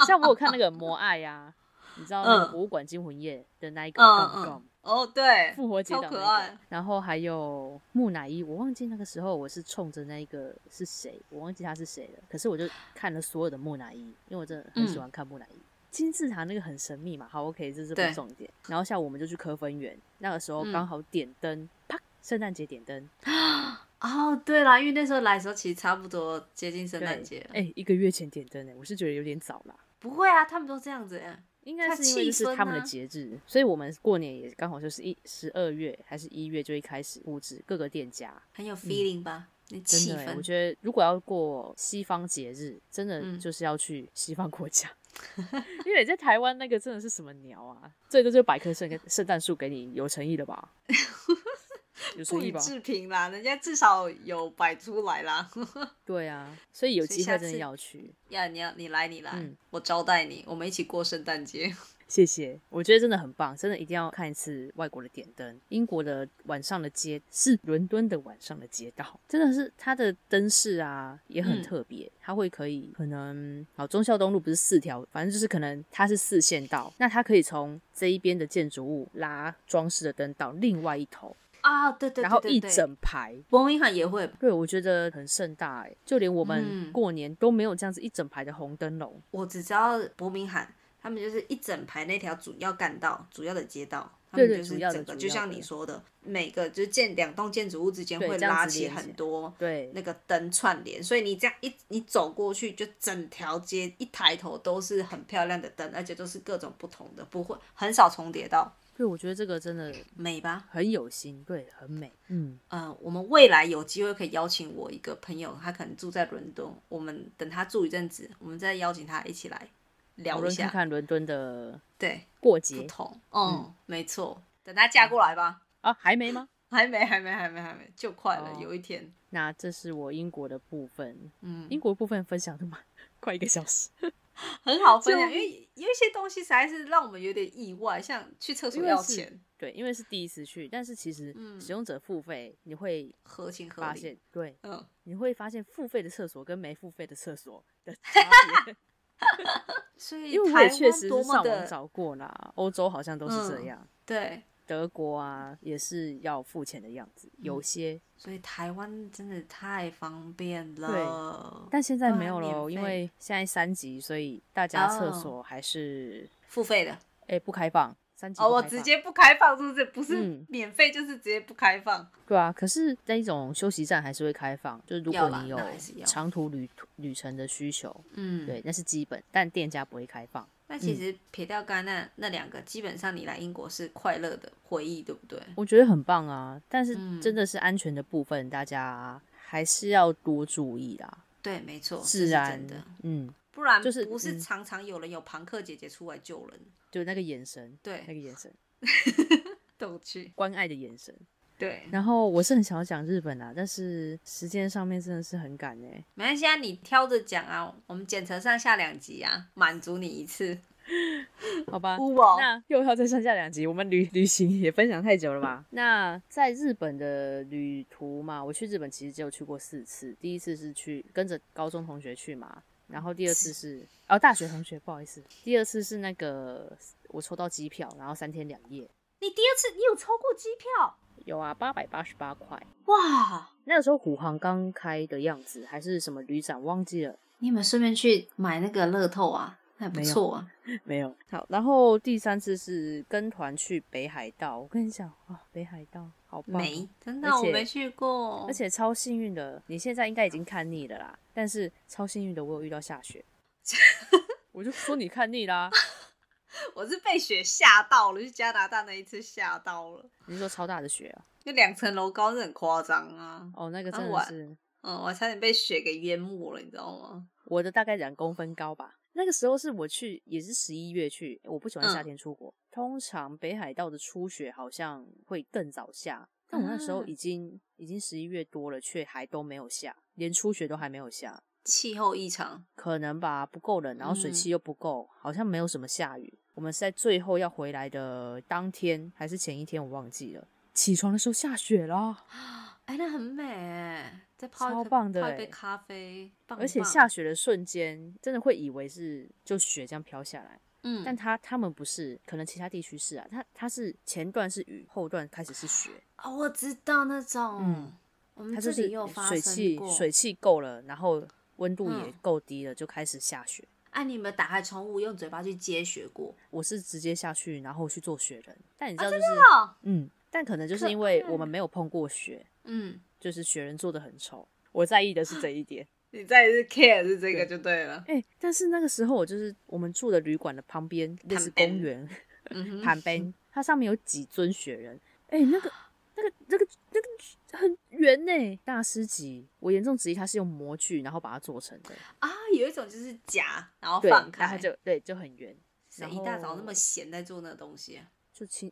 Speaker 2: 像我有看那个《魔爱》呀，你知道那个
Speaker 3: 嗯
Speaker 2: 博物馆惊魂夜的那一个
Speaker 3: 嗯
Speaker 2: 广告
Speaker 3: 嗯，哦对，
Speaker 2: 复活节
Speaker 3: 超
Speaker 2: 档
Speaker 3: 可
Speaker 2: 那一
Speaker 3: 爱
Speaker 2: 个，然后还有木乃伊，我忘记那个时候我是冲着那一个是谁，我忘记他是谁了。可是我就看了所有的木乃伊，因为我真的很喜
Speaker 3: 嗯
Speaker 2: 欢看木乃伊。金字塔那个很神秘嘛，好 OK，这是不
Speaker 3: 对
Speaker 2: 重点。然后下午我们就去科芬园，那个时候
Speaker 3: 嗯
Speaker 2: 刚好点灯，啪，圣诞节点灯，
Speaker 3: 哦，对啦，因为那时候来的时候其实差不多接近圣
Speaker 2: 对
Speaker 3: 诞节了。
Speaker 2: 哎、一个月前点灯哎、我是觉得有点早啦。
Speaker 3: 不会啊，他们都这样子哎。
Speaker 2: 应该
Speaker 3: 它
Speaker 2: 是因为这
Speaker 3: 气
Speaker 2: 是
Speaker 3: 氛
Speaker 2: 他们的
Speaker 3: 啊
Speaker 2: 节日，所以我们过年也刚好就是一十二月还是一月就一开始布置各个店家，
Speaker 3: 很有 feeling 吧？那
Speaker 2: 嗯真
Speaker 3: 气
Speaker 2: 的欸、我
Speaker 3: 氛，
Speaker 2: 觉得如果要过西方节日，真的
Speaker 3: 嗯
Speaker 2: 就是要去西方国 家，因为你在台湾那个真的是什么鸟啊，最多就百棵圣圣诞树给你，有诚意了 吧？有
Speaker 3: 不
Speaker 2: 诚意
Speaker 3: 予
Speaker 2: 吧？
Speaker 3: 置评啦，人家至少有摆出来啦。
Speaker 2: 对啊，所以有
Speaker 3: 所以
Speaker 2: 机会
Speaker 3: 下
Speaker 2: 真的
Speaker 3: 次
Speaker 2: 要去。
Speaker 3: 呀，你要你来，你来，
Speaker 2: 嗯
Speaker 3: 我招待你，我们一起过圣诞节。
Speaker 2: 谢谢，我觉得真的很棒，真的一定要看一次外国的点灯。英国的晚上的街是伦敦的晚上的街道，真的是它的灯饰啊也很
Speaker 3: 嗯
Speaker 2: 特别，它会可以可能好忠孝东路不是四条，反正就是可能它是四线道，那它可以从这一边的建筑物拉装饰的灯到另外一头，
Speaker 3: 啊，对对对对对，
Speaker 2: 然后一整排。
Speaker 3: 伯明翰也会吧，
Speaker 2: 对，我觉得很盛大哎，就连我们
Speaker 3: 嗯
Speaker 2: 过年都没有这样子一整排的红灯笼。
Speaker 3: 我只知道伯明翰，他们就是一整排那条主要干道、主要的街道，他
Speaker 2: 对
Speaker 3: 们
Speaker 2: 对
Speaker 3: 就是
Speaker 2: 主要的
Speaker 3: 整个，
Speaker 2: 主
Speaker 3: 就
Speaker 2: 要
Speaker 3: 像
Speaker 2: 的
Speaker 3: 你说的，每个就是建两栋建筑物之间
Speaker 2: 对
Speaker 3: 会
Speaker 2: 这样
Speaker 3: 拉
Speaker 2: 子
Speaker 3: 起
Speaker 2: 连起
Speaker 3: 很
Speaker 2: 来
Speaker 3: 多
Speaker 2: 对，
Speaker 3: 那个灯串联，所以你这样一你走过去，就整条街一抬头都是很漂亮的灯，而且都是各种不同的，不会很少重叠到，
Speaker 2: 对，我觉得这个真的
Speaker 3: 美吧？
Speaker 2: 很有心，对，很美。嗯，
Speaker 3: 嗯，我们未来有机会可以邀请我一个朋友，他可能住在伦敦，我们等他住一阵子，我们再邀请他一起来
Speaker 2: 讨
Speaker 3: 聊一
Speaker 2: 论
Speaker 3: 下。
Speaker 2: 看看伦敦的
Speaker 3: 对，
Speaker 2: 过
Speaker 3: 不
Speaker 2: 节
Speaker 3: 同，嗯，没错。等他嫁过来吧，
Speaker 2: 啊，还没吗？
Speaker 3: 还没，还没，还没，还没，就快了，
Speaker 2: 哦
Speaker 3: 有一天。
Speaker 2: 那这是我英国的部分，
Speaker 3: 嗯，
Speaker 2: 英国部分分享的嘛，快一个小时，
Speaker 3: 很好分享，
Speaker 2: 就
Speaker 3: 因为有一些东西实在是让我们有点意外，像去厕所
Speaker 2: 因为
Speaker 3: 要
Speaker 2: 是
Speaker 3: 钱，
Speaker 2: 对，因为是第一次去，但是其实
Speaker 3: 嗯
Speaker 2: 使用者付费，你会
Speaker 3: 合情合
Speaker 2: 发
Speaker 3: 理。
Speaker 2: 现，对，
Speaker 3: 嗯，
Speaker 2: 你会发现付费的厕所跟没付费的厕所 的差别，
Speaker 3: 所以
Speaker 2: 因为我
Speaker 3: 台
Speaker 2: 也确
Speaker 3: 湾
Speaker 2: 实
Speaker 3: 多
Speaker 2: 是
Speaker 3: 么
Speaker 2: 上网
Speaker 3: 的
Speaker 2: 找过啦，欧洲好像都是这
Speaker 3: 嗯
Speaker 2: 样，
Speaker 3: 对，
Speaker 2: 德国啊也是要付钱的样子，有
Speaker 3: 嗯
Speaker 2: 些，
Speaker 3: 所以台湾真的太方便了。
Speaker 2: 但现在
Speaker 3: 对啊
Speaker 2: 没有
Speaker 3: 免
Speaker 2: 喽，因
Speaker 3: 费
Speaker 2: 为现在三级，所以大家厕
Speaker 3: 哦
Speaker 2: 所还是
Speaker 3: 付费的
Speaker 2: 哎、不开放，三级
Speaker 3: 哦，
Speaker 2: 不
Speaker 3: 我
Speaker 2: 开
Speaker 3: 直
Speaker 2: 放
Speaker 3: 接不开放，是不是？不是
Speaker 2: 嗯
Speaker 3: 免费，就是直接不开放。
Speaker 2: 对啊。可是那一种休息站还是会开放，就是如
Speaker 3: 要
Speaker 2: 果
Speaker 3: 啦
Speaker 2: 你有
Speaker 3: 那还是要
Speaker 2: 长途旅途旅程的需求，
Speaker 3: 嗯
Speaker 2: 对，。那是基本，但店家不会开放。
Speaker 3: 那其实撇掉刚刚那那两个，基本上你来英国是快乐的回忆，对不对？
Speaker 2: 我觉得很棒啊，但是
Speaker 3: 嗯
Speaker 2: 真的是安全的部分，大家还是要多注意啦。
Speaker 3: 对，没错，哦这
Speaker 2: 自
Speaker 3: 是
Speaker 2: 然
Speaker 3: 真的，
Speaker 2: 嗯，
Speaker 3: 不然
Speaker 2: 就是
Speaker 3: 不
Speaker 2: 嗯
Speaker 3: 是常常有人有庞克姐姐出来救人，
Speaker 2: 就那个眼神，
Speaker 3: 对
Speaker 2: 那个眼神，
Speaker 3: 逗趣，
Speaker 2: 关爱的眼神。
Speaker 3: 对，
Speaker 2: 然后我是很想要讲日本啊，但是时间上面真的是很赶哎、
Speaker 3: 没关系啊，你挑着讲啊，我们剪成上下两集啊，满足你一次，
Speaker 2: 好吧，
Speaker 3: 乌哦
Speaker 2: 那又要再上下两集，我们旅旅行也分享太久了吧？ 那在日本的旅途嘛，我去日本其实只有去过四次，第一次是去跟着高中同学去嘛，然后第二次是哦大学同学，不好意思，第二次是那个我抽到机票，然后三天两夜，
Speaker 3: 你第二次你有抽过机票
Speaker 2: 有啊，八百八十八块，
Speaker 3: 哇？
Speaker 2: 那个时候虎航刚开的样子，还是什么旅展忘记了。
Speaker 3: 你有没有顺便去买那个乐透啊？还不错啊，
Speaker 2: 没有。好，然后第三次是跟团去北海道，我跟你讲啊，北海道好棒，啊
Speaker 3: 没，真的
Speaker 2: 而
Speaker 3: 我
Speaker 2: 且
Speaker 3: 没去过，
Speaker 2: 而且超幸运的，你现在应该已经看腻了啦，但是超幸运的，我有遇到下 雪，我就说你看腻啦、
Speaker 3: 我是被雪吓到了，去加拿大那一次吓到了，
Speaker 2: 你是说超大的雪啊？
Speaker 3: 那两层楼高是很夸张啊，
Speaker 2: 哦，那个
Speaker 3: 啊
Speaker 2: 真的
Speaker 3: 我
Speaker 2: 是
Speaker 3: 嗯，我差点被雪给淹没了，你知道吗？
Speaker 2: 我的大概两公分高吧。那个时候是我去，也是十一月去。我不喜欢
Speaker 3: 嗯
Speaker 2: 夏天出国，通常北海道的初雪好像会更早下，但我那时
Speaker 3: 啊
Speaker 2: 候已经、已经十一月多了，却还都没有下，连初雪都还没有下，
Speaker 3: 气候异常，
Speaker 2: 可能吧，不够冷，然后水
Speaker 3: 嗯
Speaker 2: 汽又不够，好像没有什么下雨。我们是在最后要回来的当天还是前一天，我忘记了。起床的时候下雪了，
Speaker 3: 哎、那很美哎，再泡一
Speaker 2: 超
Speaker 3: 个
Speaker 2: 棒的
Speaker 3: 泡一杯
Speaker 2: 哎
Speaker 3: 咖啡，棒
Speaker 2: 而且
Speaker 3: 棒
Speaker 2: 下雪的瞬间，真的会以为是就雪这样飘下来。
Speaker 3: 嗯，
Speaker 2: 但他他们不是，可能其他地区是啊，他他是前段是雨，后段开始是雪，
Speaker 3: 哦，我知道那种，
Speaker 2: 嗯
Speaker 3: 我们
Speaker 2: 它
Speaker 3: 这
Speaker 2: 就是
Speaker 3: 里也有发
Speaker 2: 水
Speaker 3: 生
Speaker 2: 汽
Speaker 3: 过。
Speaker 2: 水汽够了，然后温度也
Speaker 3: 嗯
Speaker 2: 够低了，就开始下雪。
Speaker 3: 哎、你们打开窗户用嘴巴去接雪过？
Speaker 2: 我是直接下去，然后去做雪人，但你知道就是、
Speaker 3: 哦，
Speaker 2: 嗯，但可能就是因为我们没有碰过雪，
Speaker 3: 嗯，
Speaker 2: 就是雪人做的很丑，我在意的是这一 点。
Speaker 3: 你再是 care 是这
Speaker 2: 个
Speaker 3: 就对了。
Speaker 2: 哎、但是那个时候我就是我们住的旅馆的旁边类似
Speaker 3: 边
Speaker 2: 公园，
Speaker 3: 嗯哼，
Speaker 2: 旁边，它上面有几尊雪人，哎、那个、那个、那个、那个很圆呢、大师级。我严重质疑它是用模具然后把它做成的，
Speaker 3: 啊，有一种就是夹，然后
Speaker 2: 对，
Speaker 3: 哦放
Speaker 2: 然
Speaker 3: 开
Speaker 2: 后，就对，就很圆，
Speaker 3: 谁
Speaker 2: 然
Speaker 3: 一大早那
Speaker 2: 后
Speaker 3: 么闲在做那个东西啊、
Speaker 2: 就清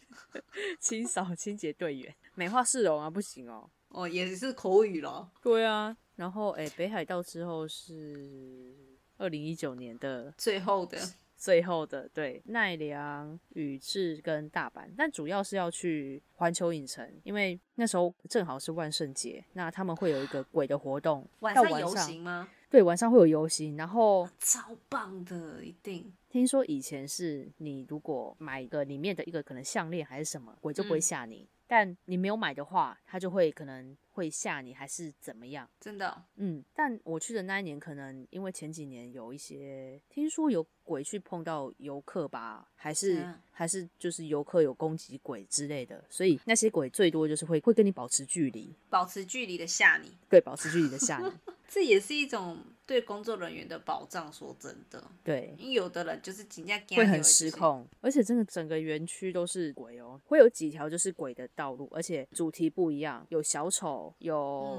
Speaker 2: 清扫清洁队员，美化市容啊，不行哦。
Speaker 3: 哦，也是口语咯。
Speaker 2: 对啊，然后哎、北海道之后是二零一九年的
Speaker 3: 最后的，
Speaker 2: 最后的对奈良、宇治跟大阪，但主要是要去环球影城，因为那时候正好是万圣节，那他们会有一个鬼的活动，
Speaker 3: 晚
Speaker 2: 到
Speaker 3: 上
Speaker 2: 晚
Speaker 3: 游
Speaker 2: 上
Speaker 3: 行吗？
Speaker 2: 对晚上会有游行，然后
Speaker 3: 超棒的，一定。
Speaker 2: 听说以前是你如果买一个里面的一个可能项链还是什么，鬼就不会
Speaker 3: 嗯
Speaker 2: 吓你，但你没有买的话，他就会可能会吓你还是怎么样。
Speaker 3: 真的哦、
Speaker 2: 嗯，但我去的那一年，可能因为前几年有一些听说有鬼去碰到游客吧，还是、
Speaker 3: 嗯
Speaker 2: 还是就是游客有攻击鬼之类的，所以那些鬼最多就是会会跟你保持距离，
Speaker 3: 保持距离的吓你，
Speaker 2: 对，保持距离的吓你，
Speaker 3: 这也是一种对工作人员的保障。说真的，
Speaker 2: 对，
Speaker 3: 因为有的人就是紧张，
Speaker 2: 会很失。控，而且真的整个园区都是鬼哦，会有几条就是鬼的道路，而且主题不一样，有小丑，有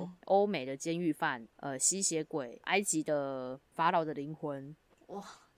Speaker 3: 嗯
Speaker 2: 欧美的监狱犯，呃，吸血鬼，埃及的法老的灵魂，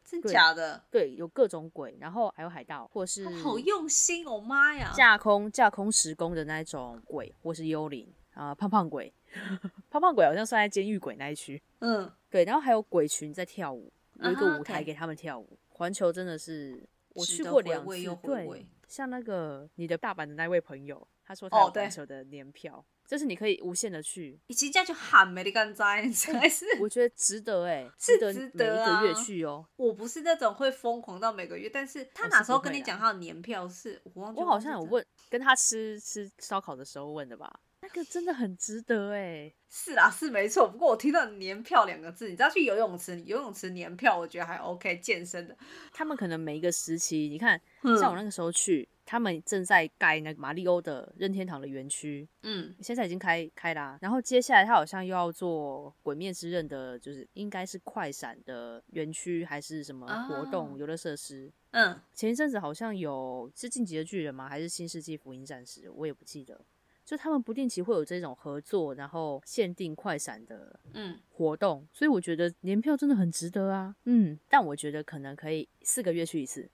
Speaker 3: 真
Speaker 2: 对
Speaker 3: 假的？
Speaker 2: 对，有各种鬼，然后还有海盗，或是
Speaker 3: 他们好用心哦，妈呀！
Speaker 2: 架空架空时空的那一种鬼，或是幽灵啊、胖胖鬼， 胖胖鬼好像算在监狱鬼那一区。
Speaker 3: 嗯，
Speaker 2: 对，然后还有鬼群在跳舞，有一
Speaker 3: 啊哈
Speaker 2: 个舞台
Speaker 3: ，OK
Speaker 2: 给他们跳舞。环球真的是我
Speaker 3: 值
Speaker 2: 去
Speaker 3: 得
Speaker 2: 过
Speaker 3: 回
Speaker 2: 两
Speaker 3: 味
Speaker 2: 次
Speaker 3: 又，回味
Speaker 2: 对，像那个你的大阪的那位朋友，他说他有
Speaker 3: 哦对
Speaker 2: 环球的年票，就是你可以无限的去，
Speaker 3: 你其实这样就喊没得干在，才是。
Speaker 2: 我觉得值得哎、
Speaker 3: 是
Speaker 2: 得
Speaker 3: 值
Speaker 2: 每一
Speaker 3: 得
Speaker 2: 个月
Speaker 3: 啊
Speaker 2: 去哦。
Speaker 3: 我不是那种会疯狂到每个月，但是他
Speaker 2: 我
Speaker 3: 哪
Speaker 2: 是
Speaker 3: 时候
Speaker 2: 不会
Speaker 3: 跟你
Speaker 2: 啦
Speaker 3: 讲他的年票是？我忘记
Speaker 2: 我好像有
Speaker 3: 忘记
Speaker 2: 问跟他吃吃烧烤的时候问的吧，那个真的很值得哎、
Speaker 3: 是啦，是没错。不过我听到“年票”两个字，你知道去游泳池，游泳池年票我觉得还 OK，健身的。
Speaker 2: 他们可能每一个时期，你看，
Speaker 3: 嗯
Speaker 2: 像我那个时候去，他们正在盖那个马里欧的任天堂的园区，
Speaker 3: 嗯，
Speaker 2: 现在已经开开啦、然后接下来他好像又要做《鬼灭之刃》的，就是应该是快闪的园区还是什么活
Speaker 3: 啊
Speaker 2: 动游乐设施。
Speaker 3: 嗯，
Speaker 2: 前一阵子好像有是《进击的巨人》吗？还是《新世纪福音战士》？我也不记得。就他们不定期会有这种合作，然后限定快闪的
Speaker 3: 嗯，
Speaker 2: 活动，所以我觉得年票真的很值得啊。嗯，但我觉得可能可以四个月去一次。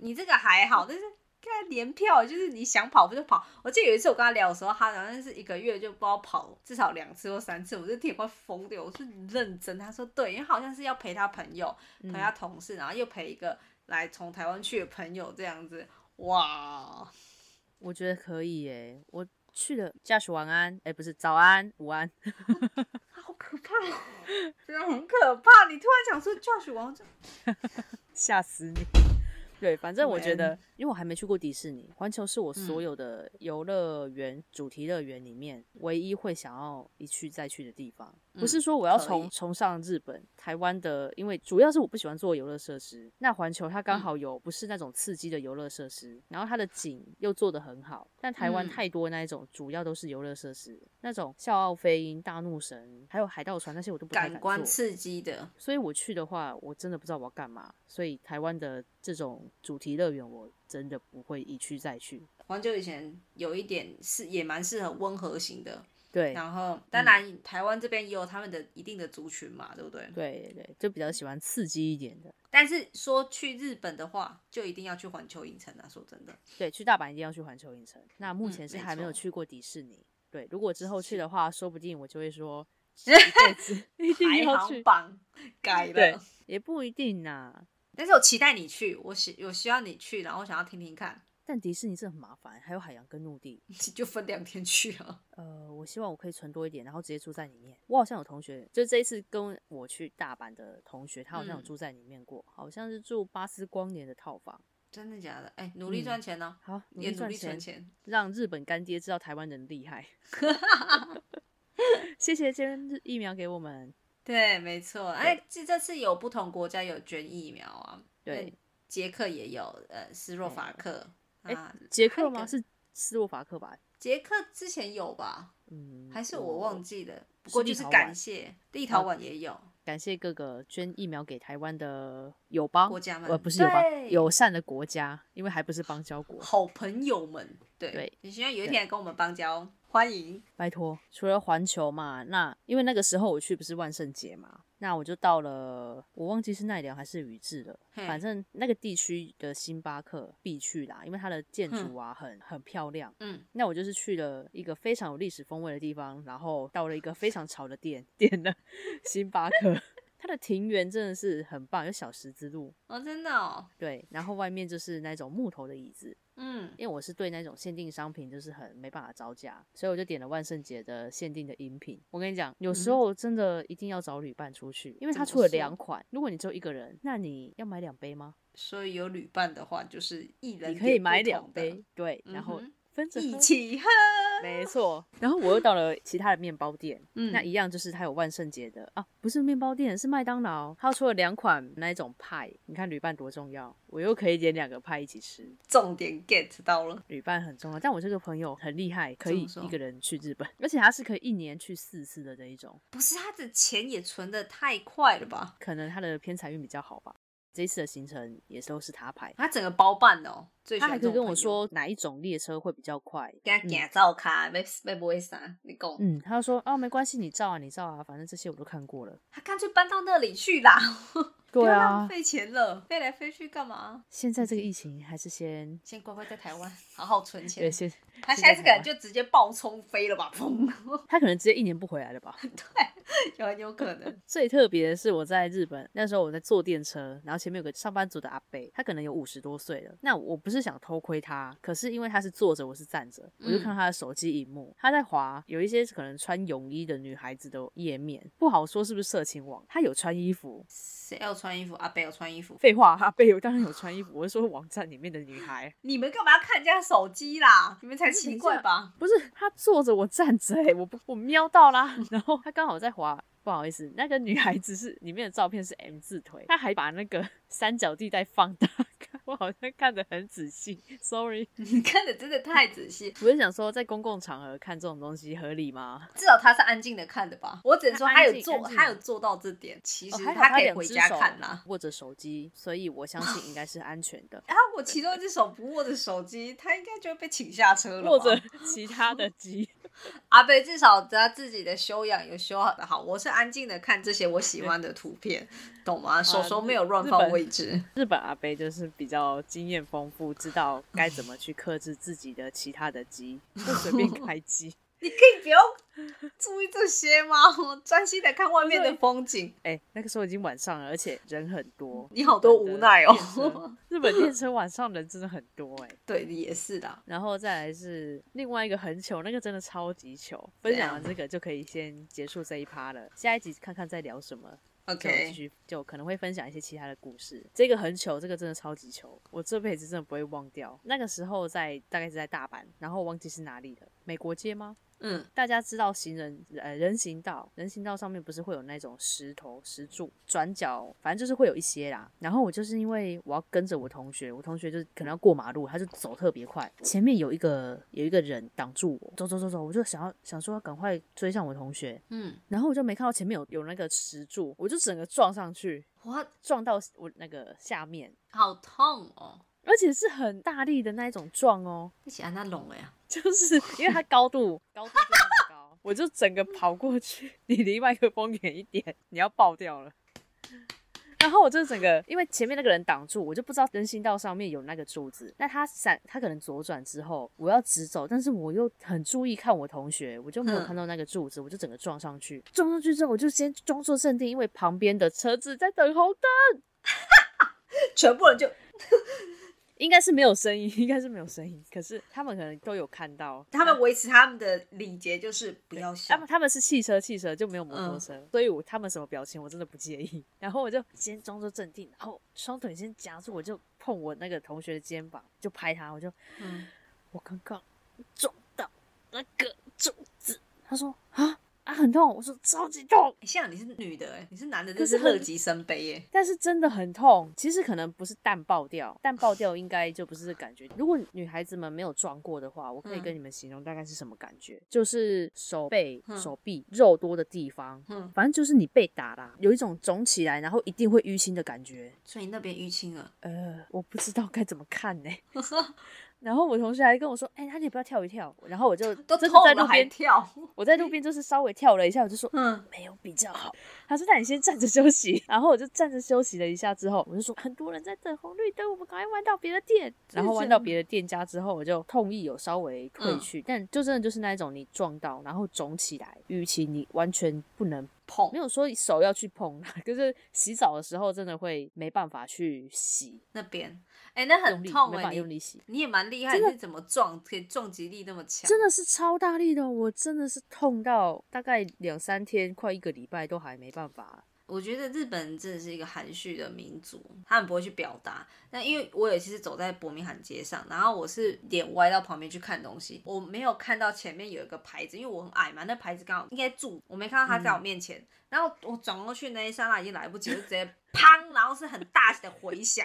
Speaker 3: 你这个还好，但是看年票就是你想跑就跑。我记得有一次我跟他聊的时候，他好像是一个月就不知道跑至少两次或三次，我就挺快疯掉。我是认真，他说对，因为好像是要陪他朋友、陪
Speaker 2: 嗯
Speaker 3: 他同事，然后又陪一个来从台湾去的朋友这样子。哇，
Speaker 2: 我觉得可以耶、我去了，驾驶晚安，哎、不是早安、午安，
Speaker 3: 好可怕、哦， 真的很可怕。你突然讲说 Josh 王就
Speaker 2: 吓死你！对，反正我觉
Speaker 3: 晚
Speaker 2: 得，因为我还没去过迪士尼，环球是我
Speaker 3: 嗯
Speaker 2: 所有的游乐园、主题乐园里面唯一会想要一去再去的地方。不是说我要
Speaker 3: 嗯可以
Speaker 2: 崇崇尚日本、台湾的，因为主要是我不喜欢做游乐设施。那环球它
Speaker 3: 嗯
Speaker 2: 刚好有不是那种刺激的游乐设施，然后它的景又做得很好。但台湾
Speaker 3: 嗯
Speaker 2: 太多那一种，主要都是游乐设施，那种笑傲飞鹰、大怒神，还有海盗船那些我都不太敢
Speaker 3: 感官
Speaker 2: 做
Speaker 3: 刺激的，
Speaker 2: 所以我去的话，我真的不知道我要干嘛。所以台湾的这种主题乐园，我真的不会一去再去。
Speaker 3: 黄酒以前有一点是也蛮适合温和型的，
Speaker 2: 对
Speaker 3: 然后当然台湾这边也有他们的一定的族群嘛，对不对？
Speaker 2: 对对，就比较喜欢刺激一点的。
Speaker 3: 但是说去日本的话，就一定要去环球影城啊！说真的，
Speaker 2: 对，去大阪一定要去环球影城。那目
Speaker 3: 嗯
Speaker 2: 前是
Speaker 3: 没
Speaker 2: 还没有
Speaker 3: 错
Speaker 2: 去过迪士尼。对，如果之后去的话，说不定我就会 说
Speaker 3: 一
Speaker 2: 这次一定
Speaker 3: 排
Speaker 2: 要
Speaker 3: 行
Speaker 2: 去，
Speaker 3: 榜改
Speaker 2: 对
Speaker 3: 了。
Speaker 2: 也不一定呐、
Speaker 3: 但是我期待你去，我希我希望你去，然后我想要听听看，
Speaker 2: 但迪士尼是很麻烦，还有海洋跟陆地。
Speaker 3: 你就分两天去啊。
Speaker 2: 呃，我希望我可以存多一点，然后直接住在里面。我好像有同学，就这一次跟我去大阪的同学，他好像有
Speaker 3: 嗯
Speaker 2: 住在里面过，好像是住巴斯光年的套房。
Speaker 3: 真的假的？哎，努力
Speaker 2: 嗯
Speaker 3: 赚钱呢、
Speaker 2: 好，努
Speaker 3: 也
Speaker 2: 力
Speaker 3: 努
Speaker 2: 赚
Speaker 3: 力
Speaker 2: 钱
Speaker 3: 存，钱。
Speaker 2: 让日本干爹知道台湾人厉 害。谢谢今日疫苗给我们。
Speaker 3: 对，没错。哎，这这次有不同国家有捐疫苗啊，
Speaker 2: 对
Speaker 3: 嗯，捷克也有，呃，斯洛伐克
Speaker 2: 哎
Speaker 3: 啊，
Speaker 2: 捷
Speaker 3: 还
Speaker 2: 克
Speaker 3: 有
Speaker 2: 吗？
Speaker 3: 个
Speaker 2: 是斯洛伐克吧？
Speaker 3: 捷克之前有吧？
Speaker 2: 嗯，
Speaker 3: 还是我忘。记了？不
Speaker 2: 是
Speaker 3: 过
Speaker 2: 立
Speaker 3: 就是
Speaker 2: 陶
Speaker 3: 感
Speaker 2: 宛嗯
Speaker 3: 谢立陶宛也有，
Speaker 2: 感谢各个捐疫苗给台湾的友邦
Speaker 3: 国家们
Speaker 2: 呃，不是友邦，
Speaker 3: 对
Speaker 2: 友善的国家，因为还不是邦交国。
Speaker 3: 好朋友们，对，
Speaker 2: 对
Speaker 3: 你希望有一
Speaker 2: 对
Speaker 3: 天来跟我们邦交，欢迎。
Speaker 2: 拜托，除了环球嘛，那因为那个时候我去不是万圣节嘛，那我就到了，我忘记是奈良还是宇治了，
Speaker 3: 嘿
Speaker 2: 反正那个地区的星巴克必去啦，因为它的建筑啊很很漂亮。
Speaker 3: 嗯，
Speaker 2: 那我就是去了一个非常有历史风味的地方，然后到了一个非常潮的店，点了星巴克，它的庭园真的是很棒，有小石之路，
Speaker 3: 哦，真的哦，
Speaker 2: 对，然后外面就是那种木头的椅子，
Speaker 3: 嗯，
Speaker 2: 因为我是对那种限定商品就是很没办法招架，所以我就点了万圣节的限定的饮品。我跟你讲，有时
Speaker 3: 嗯哼
Speaker 2: 候真的一定要找旅伴出去，因为它
Speaker 3: 怎么
Speaker 2: 出了
Speaker 3: 说
Speaker 2: 两款。如果你只有一个人，那你要买两杯吗？
Speaker 3: 所以有旅伴的话，就是一人
Speaker 2: 你可以
Speaker 3: 点不
Speaker 2: 买
Speaker 3: 同
Speaker 2: 两
Speaker 3: 的
Speaker 2: 杯，， 对，然后
Speaker 3: 嗯
Speaker 2: 分着
Speaker 3: 哼一
Speaker 2: 喝。
Speaker 3: 起喝。
Speaker 2: 没错，然后我又到了其他的面包店，
Speaker 3: 嗯
Speaker 2: 那一样就是它有万圣节的啊，不是面包店，是麦当劳，它出了两款那一种派，你看旅伴多重要，我又可以点两个派一起吃，
Speaker 3: 重点 get 到了，
Speaker 2: 旅伴很重要，但我这个朋友很厉害，可以
Speaker 3: 说
Speaker 2: 一个人去日本，而且他是可以一年去四次的那一种，
Speaker 3: 不是他的钱也存的太快了吧？
Speaker 2: 可能他的偏财运比较好吧。这一次的行程也都是他排，
Speaker 3: 他整个包办的哦，最喜
Speaker 2: 他
Speaker 3: 欢
Speaker 2: 还可
Speaker 3: 这
Speaker 2: 以
Speaker 3: 种
Speaker 2: 跟我
Speaker 3: 朋友，
Speaker 2: 说哪一种列车会比较快。
Speaker 3: 给他
Speaker 2: 嗯
Speaker 3: 假照卡，没没不会啥，你讲，
Speaker 2: 嗯，他就说哦，没关系，你照啊，你照啊，反正这些我都看过了。
Speaker 3: 他干脆搬到那里去啦， 不
Speaker 2: 对
Speaker 3: 要浪
Speaker 2: 啊，
Speaker 3: 费钱了，飞来飞去干嘛？
Speaker 2: 现在这个疫情还是先
Speaker 3: 先乖乖在台湾好好存钱
Speaker 2: 对，，先
Speaker 3: 他
Speaker 2: 是
Speaker 3: 下
Speaker 2: 在
Speaker 3: 一次可
Speaker 2: 台
Speaker 3: 能就直接暴冲飞了吧，砰！
Speaker 2: 他可能直接一年不回来了吧。
Speaker 3: 有很有可能。
Speaker 2: 最特别的是，我在日本那时候我在坐电车，然后前面有个上班族的阿伯，他可能有五十多岁了。那我不是想偷窥他，可是因为他是坐着，我是站着，我就看到他的手机荧幕，他在滑有一些可能穿泳衣的女孩子的页面，不好说是不是色情网。他有穿衣服，
Speaker 3: 谁要穿衣服？阿贝要穿衣服。
Speaker 2: 废话，阿伯我当然有穿衣服，我是说网站里面的女孩。
Speaker 3: 你们干嘛要看人家手机啦？你们才奇怪 吧？
Speaker 2: 不是他坐着，我站着、欸，我不我瞄到啦， 然后他刚好在滑。不好意思，那个女孩子是里面的照片是 M 字腿，她还把那个三角地带放大 看，我好像看得很仔细，sorry。
Speaker 3: 你看的真的太仔细，
Speaker 2: 我就想说，在公共场合看这种东西合理吗？
Speaker 3: 至少他是安静的看的吧？我只能说
Speaker 2: 他
Speaker 3: 他有
Speaker 2: 安静
Speaker 3: 做，
Speaker 2: 安静
Speaker 3: 他有做到这点。其
Speaker 2: 哦，
Speaker 3: 实
Speaker 2: 还好
Speaker 3: 可以
Speaker 2: 两
Speaker 3: 回
Speaker 2: 只
Speaker 3: 家
Speaker 2: 手
Speaker 3: 看啦。。
Speaker 2: 握着手机，所以我相信应该是安全 的
Speaker 3: 然后我其中一只手不握着手机，他应该就会被请下车了吧。
Speaker 2: 握着其他的机，
Speaker 3: 阿贝至少他自己的修养有修好的好，我是安静的看这些我喜欢的图片，懂吗？手手没有乱
Speaker 2: 啊日
Speaker 3: 放
Speaker 2: 本
Speaker 3: 位置，
Speaker 2: 日本阿贝就是比较经验丰富，知道该怎么去克制自己的其他的机，不随便开机。
Speaker 3: 你可以不要注意这些吗？我专心的看外面的风景，
Speaker 2: 哎、那个时候已经晚上了，而且人很多。
Speaker 3: 你好多嗯无奈
Speaker 2: 电车
Speaker 3: 哦。
Speaker 2: 日本电车晚上人真的很多哎、
Speaker 3: 对，也是的。
Speaker 2: 然后再来是另外一个很糗，那个真的超级糗。分享完这个就可以先结束这一趴了，下一集看看在聊什么，就继
Speaker 3: OK，
Speaker 2: 续就可能会分享一些其他的故事。这个很糗，这个真的超级糗，我这辈子真的不会忘掉。那个时候在大概是在大阪，然后我忘记是哪里了，美国街吗？
Speaker 3: 嗯，
Speaker 2: 大家知道行人呃人行道，人行道上面不是会有那种石头、石柱、转角，反正就是会有一些啦。然后我就是因为我要跟着我同学，我同学就是可能要过马路，他就走特别快，前面有一个有一个人挡住我，走走走走，我就想要想说要赶快追上我同学，
Speaker 3: 嗯，
Speaker 2: 然后我就没看到前面有有那个石柱，我就整个撞上去，
Speaker 3: 我
Speaker 2: 撞到我那个下面，
Speaker 3: 好痛哦，
Speaker 2: 而且是很大力的那一种撞哦，
Speaker 3: 你喜欢那龙哎呀？
Speaker 2: 就是因为它高度高度非常的高。我就整个跑过去， 你离麦克风远一点，你要爆掉了。然后我就整个，因为前面那个人挡住，我就不知道人行道上面有那个柱子。那他闪，他可能左转之后，我要直走，但是我又很注意看我同学，我就没有
Speaker 3: 嗯
Speaker 2: 看到那个柱子，我就整个撞上去。撞上去之后，我就先装作镇定，因为旁边的车子在等红灯，
Speaker 3: 全部人就
Speaker 2: 应该是没有声音，应该是没有声音。可是他们可能都有看到，
Speaker 3: 他们维持他们的礼节就是不要
Speaker 2: 他
Speaker 3: 笑
Speaker 2: 们。他们是汽车，汽车就没有摩托
Speaker 3: 嗯
Speaker 2: 车，所以我他们什么表情我真的不介意。然后我就先装作镇定，然后双腿先夹住，我就碰我那个同学的肩膀，就拍他，我就
Speaker 3: 嗯，
Speaker 2: 我刚刚撞到那个柱子。他说啊啊很痛，我说超级痛，
Speaker 3: 欸像你是女的、欸，你是男的，
Speaker 2: 可
Speaker 3: 真
Speaker 2: 是
Speaker 3: 是
Speaker 2: 很
Speaker 3: 乐极生悲耶、
Speaker 2: 但是真的很痛。其实可能不是蛋爆掉，蛋爆掉应该就不是这感觉。如果女孩子们没有撞过的话，我可以
Speaker 3: 嗯
Speaker 2: 跟你们形容大概是什么感觉，就是手背、
Speaker 3: 嗯
Speaker 2: 手臂肉多的地方，
Speaker 3: 嗯，
Speaker 2: 反正就是你被打啦，有一种肿起来，然后一定会淤青的感觉。
Speaker 3: 所以你那边淤青了，
Speaker 2: 呃，我不知道该怎么看呢、 然后我同学还跟我说：“哎、那你不要跳一跳。”然后我就
Speaker 3: 都
Speaker 2: 真的
Speaker 3: 痛
Speaker 2: 在
Speaker 3: 了
Speaker 2: 路
Speaker 3: 还
Speaker 2: 边，
Speaker 3: 跳。
Speaker 2: 我在路边就是稍微跳了一下，我就说
Speaker 3: 嗯，
Speaker 2: 没有比较好。他说：“那你先站着休息。” 然后我就站着休息了一下之后，我就说：“很多人在等红绿灯，我们赶快弯到别的店。”然后弯到别的店家之后，我就痛意有稍微退去，但就真的就是那一种你撞到，然后肿起来，淤青，你完全不能
Speaker 3: 碰
Speaker 2: 没。有说手要去碰，就是洗澡的时候真的会没办法去洗，
Speaker 3: 那边，哎、那
Speaker 2: 用
Speaker 3: 很
Speaker 2: 力
Speaker 3: 痛
Speaker 2: 没
Speaker 3: 哎、
Speaker 2: 办法用
Speaker 3: 你
Speaker 2: 力洗，
Speaker 3: 你也蛮厉害，
Speaker 2: 真
Speaker 3: 你
Speaker 2: 的
Speaker 3: 是怎么撞，可以撞击力那么强？
Speaker 2: 真的是超大力的，我真的是痛到大概两三天，快一个礼拜都还没办法。
Speaker 3: 我觉得日本人真的是一个含蓄的民族，他们不会去表达。那因为我有一次走在伯明翰街上，然后我是脸歪到旁边去看东西，我没有看到前面有一个牌子，因为我很矮嘛，那牌子刚好应该住，我没看到他在我面前。然后我转过去那一刹那已经来不及，我就直接砰，然后是很大的回响，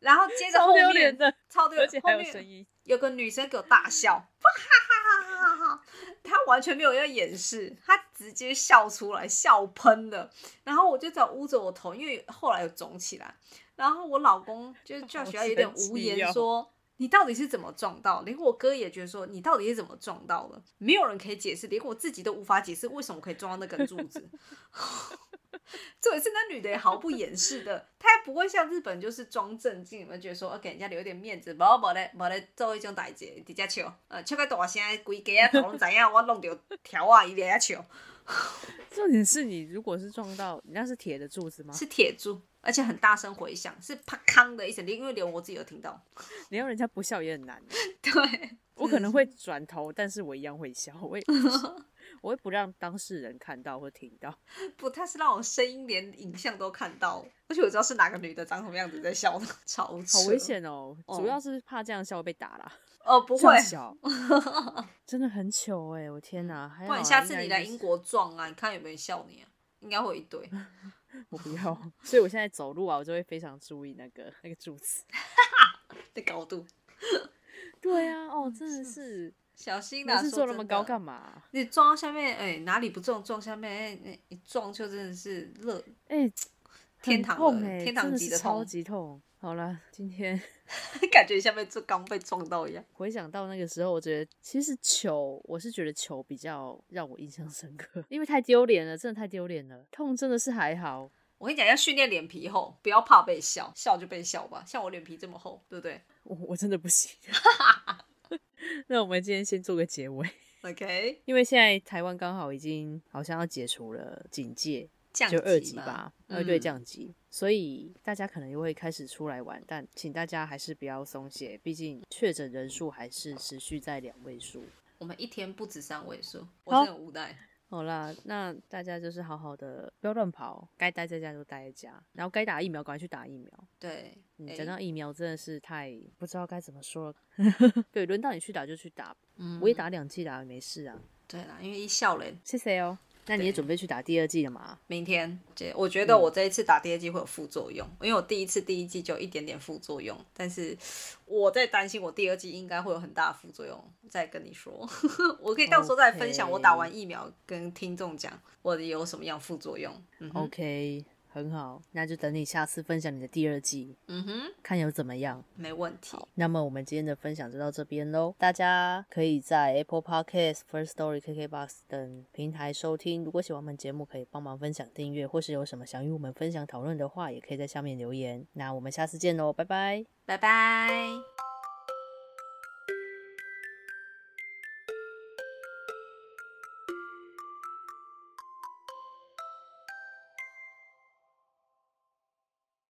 Speaker 3: 然后接着
Speaker 2: 超
Speaker 3: 后
Speaker 2: 丢
Speaker 3: 面
Speaker 2: 脸的，
Speaker 3: 超 丢
Speaker 2: 而
Speaker 3: 脸，
Speaker 2: 且
Speaker 3: 后
Speaker 2: 还有
Speaker 3: 面
Speaker 2: 声音，
Speaker 3: 有个女生给我大笑，哇哈哈哈哈哈哈！她完全没有要掩饰，她直接笑出来，笑喷了。然后我就只好捂着我头，因为后来有肿起来。然后我老公 就是
Speaker 2: 好
Speaker 3: Josh 有点无
Speaker 2: 神
Speaker 3: 言
Speaker 2: 奇哦
Speaker 3: 说。你到底是怎么撞到？连我哥也觉得说你到底是怎么撞到的，没有人可以解释，连我自己都无法解释为什么我可以撞到那根柱子。 重点是那女的也毫不掩饰的，她也不会像日本就是装正经，你们觉得说呃给人家留一点面子，无无咧无咧做一种代志，直接笑，呃笑到大声，规家仔头拢知影我弄着条啊，伊直接笑，
Speaker 2: 重点是你如果是撞到，你那是铁的柱子吗？
Speaker 3: 是铁柱，而且很大声回响，是啪康的一声，因为连我自己有听到。
Speaker 2: 你要人家不笑也很难。
Speaker 3: 对，
Speaker 2: 我可能会转头，但是我一样会笑， 我也 我会不让当事人看到或听到。
Speaker 3: 不，他是让我声音连影像都看到，而且我知道是哪个女的长什么样子在 笑的，超
Speaker 2: 好
Speaker 3: 扯
Speaker 2: 危！险哦！
Speaker 3: 哦
Speaker 2: 主要是怕这样笑被打啦。
Speaker 3: 哦，不
Speaker 2: 这
Speaker 3: 会
Speaker 2: 样， 笑，真的很糗哎、我天哪！还
Speaker 3: 嗯不
Speaker 2: 好
Speaker 3: 然
Speaker 2: 啊
Speaker 3: 下次你
Speaker 2: 应
Speaker 3: 来
Speaker 2: 该
Speaker 3: 英
Speaker 2: 就是
Speaker 3: 国撞啊，你看有没有人笑你啊？应该会有一 堆。
Speaker 2: 我不要，所以我现在走路啊，我就会非常注意那个那个柱子。
Speaker 3: 的高度，
Speaker 2: 对啊，
Speaker 3: 嗯
Speaker 2: 哦，真的是，
Speaker 3: 小心
Speaker 2: 每
Speaker 3: 啦！
Speaker 2: 次
Speaker 3: 说
Speaker 2: 坐那么
Speaker 3: 真
Speaker 2: 高
Speaker 3: 的
Speaker 2: 干嘛？
Speaker 3: 你撞到下面，哎、哪里不撞撞下面，哎、哎一撞就真的是乐
Speaker 2: 哎、
Speaker 3: 天
Speaker 2: 很
Speaker 3: 堂
Speaker 2: 痛
Speaker 3: 了
Speaker 2: 哎、
Speaker 3: 天堂
Speaker 2: 真的
Speaker 3: 级
Speaker 2: 是
Speaker 3: 的
Speaker 2: 超
Speaker 3: 痛
Speaker 2: 级痛。好了，今天
Speaker 3: 感觉像被这刚被撞到一样。
Speaker 2: 回想到那个时候，我觉得其实球，我是觉得球比较让我印象深刻， 因为太丢脸了，真的太丢脸了。痛真的是还好，
Speaker 3: 我跟你讲，要训练脸皮厚，不要怕被笑，笑就被笑吧。像我脸皮这么厚，对不对
Speaker 2: 我我真的不 行。那我们今天先做个结尾。
Speaker 3: ？OK，
Speaker 2: 因为现在台湾刚好已经好像要解除了警戒，
Speaker 3: 降
Speaker 2: 就二级
Speaker 3: 级嘛
Speaker 2: 吧，
Speaker 3: 嗯
Speaker 2: 呃、对，降级，所以大家可能又会开始出来玩，但请大家还是不要松懈，毕竟确诊人数还是持续在两位数。
Speaker 3: 我们一天不止三位数，我
Speaker 2: 好
Speaker 3: 真的很无奈。
Speaker 2: 好啦，那大家就是好好的，不要乱跑，该待在家就待在家，然后该打疫苗赶快去打疫苗。
Speaker 3: 对，
Speaker 2: 嗯，
Speaker 3: 哎
Speaker 2: 讲到疫苗真的是太不知道该怎么说了。 对，轮到你去打就去打，
Speaker 3: 嗯
Speaker 2: 我也打两剂啦，也没事啊。
Speaker 3: 对啦，因为一笑脸，
Speaker 2: 谢谢哦。那你也
Speaker 3: 对
Speaker 2: 准备去打第二剂了吗？
Speaker 3: 明天这我觉
Speaker 2: 嗯
Speaker 3: 得我这一次打第二剂会有副作用，因为我第一次第一剂就有一点点副作用，但是我在担心我第二剂应该会有很大的副作用，再跟你说， 我可以到时候再分享
Speaker 2: OK 哦
Speaker 3: 我打完疫苗跟听众讲我有什么样副作用。嗯哼
Speaker 2: OK，很好，那就等你下次分享你的第二季，
Speaker 3: 嗯哼，
Speaker 2: 看有怎么样。
Speaker 3: 没问题。
Speaker 2: 那么我们今天的分享就到这边喽，大家可以在 Apple Podcast、First Story、KKBox 等平台收听。如果喜欢我们节目，可以帮忙分享、订阅，或是有什么想与我们分享讨论的话，也可以在下面留言。那我们下次见喽，拜拜。
Speaker 3: 拜拜。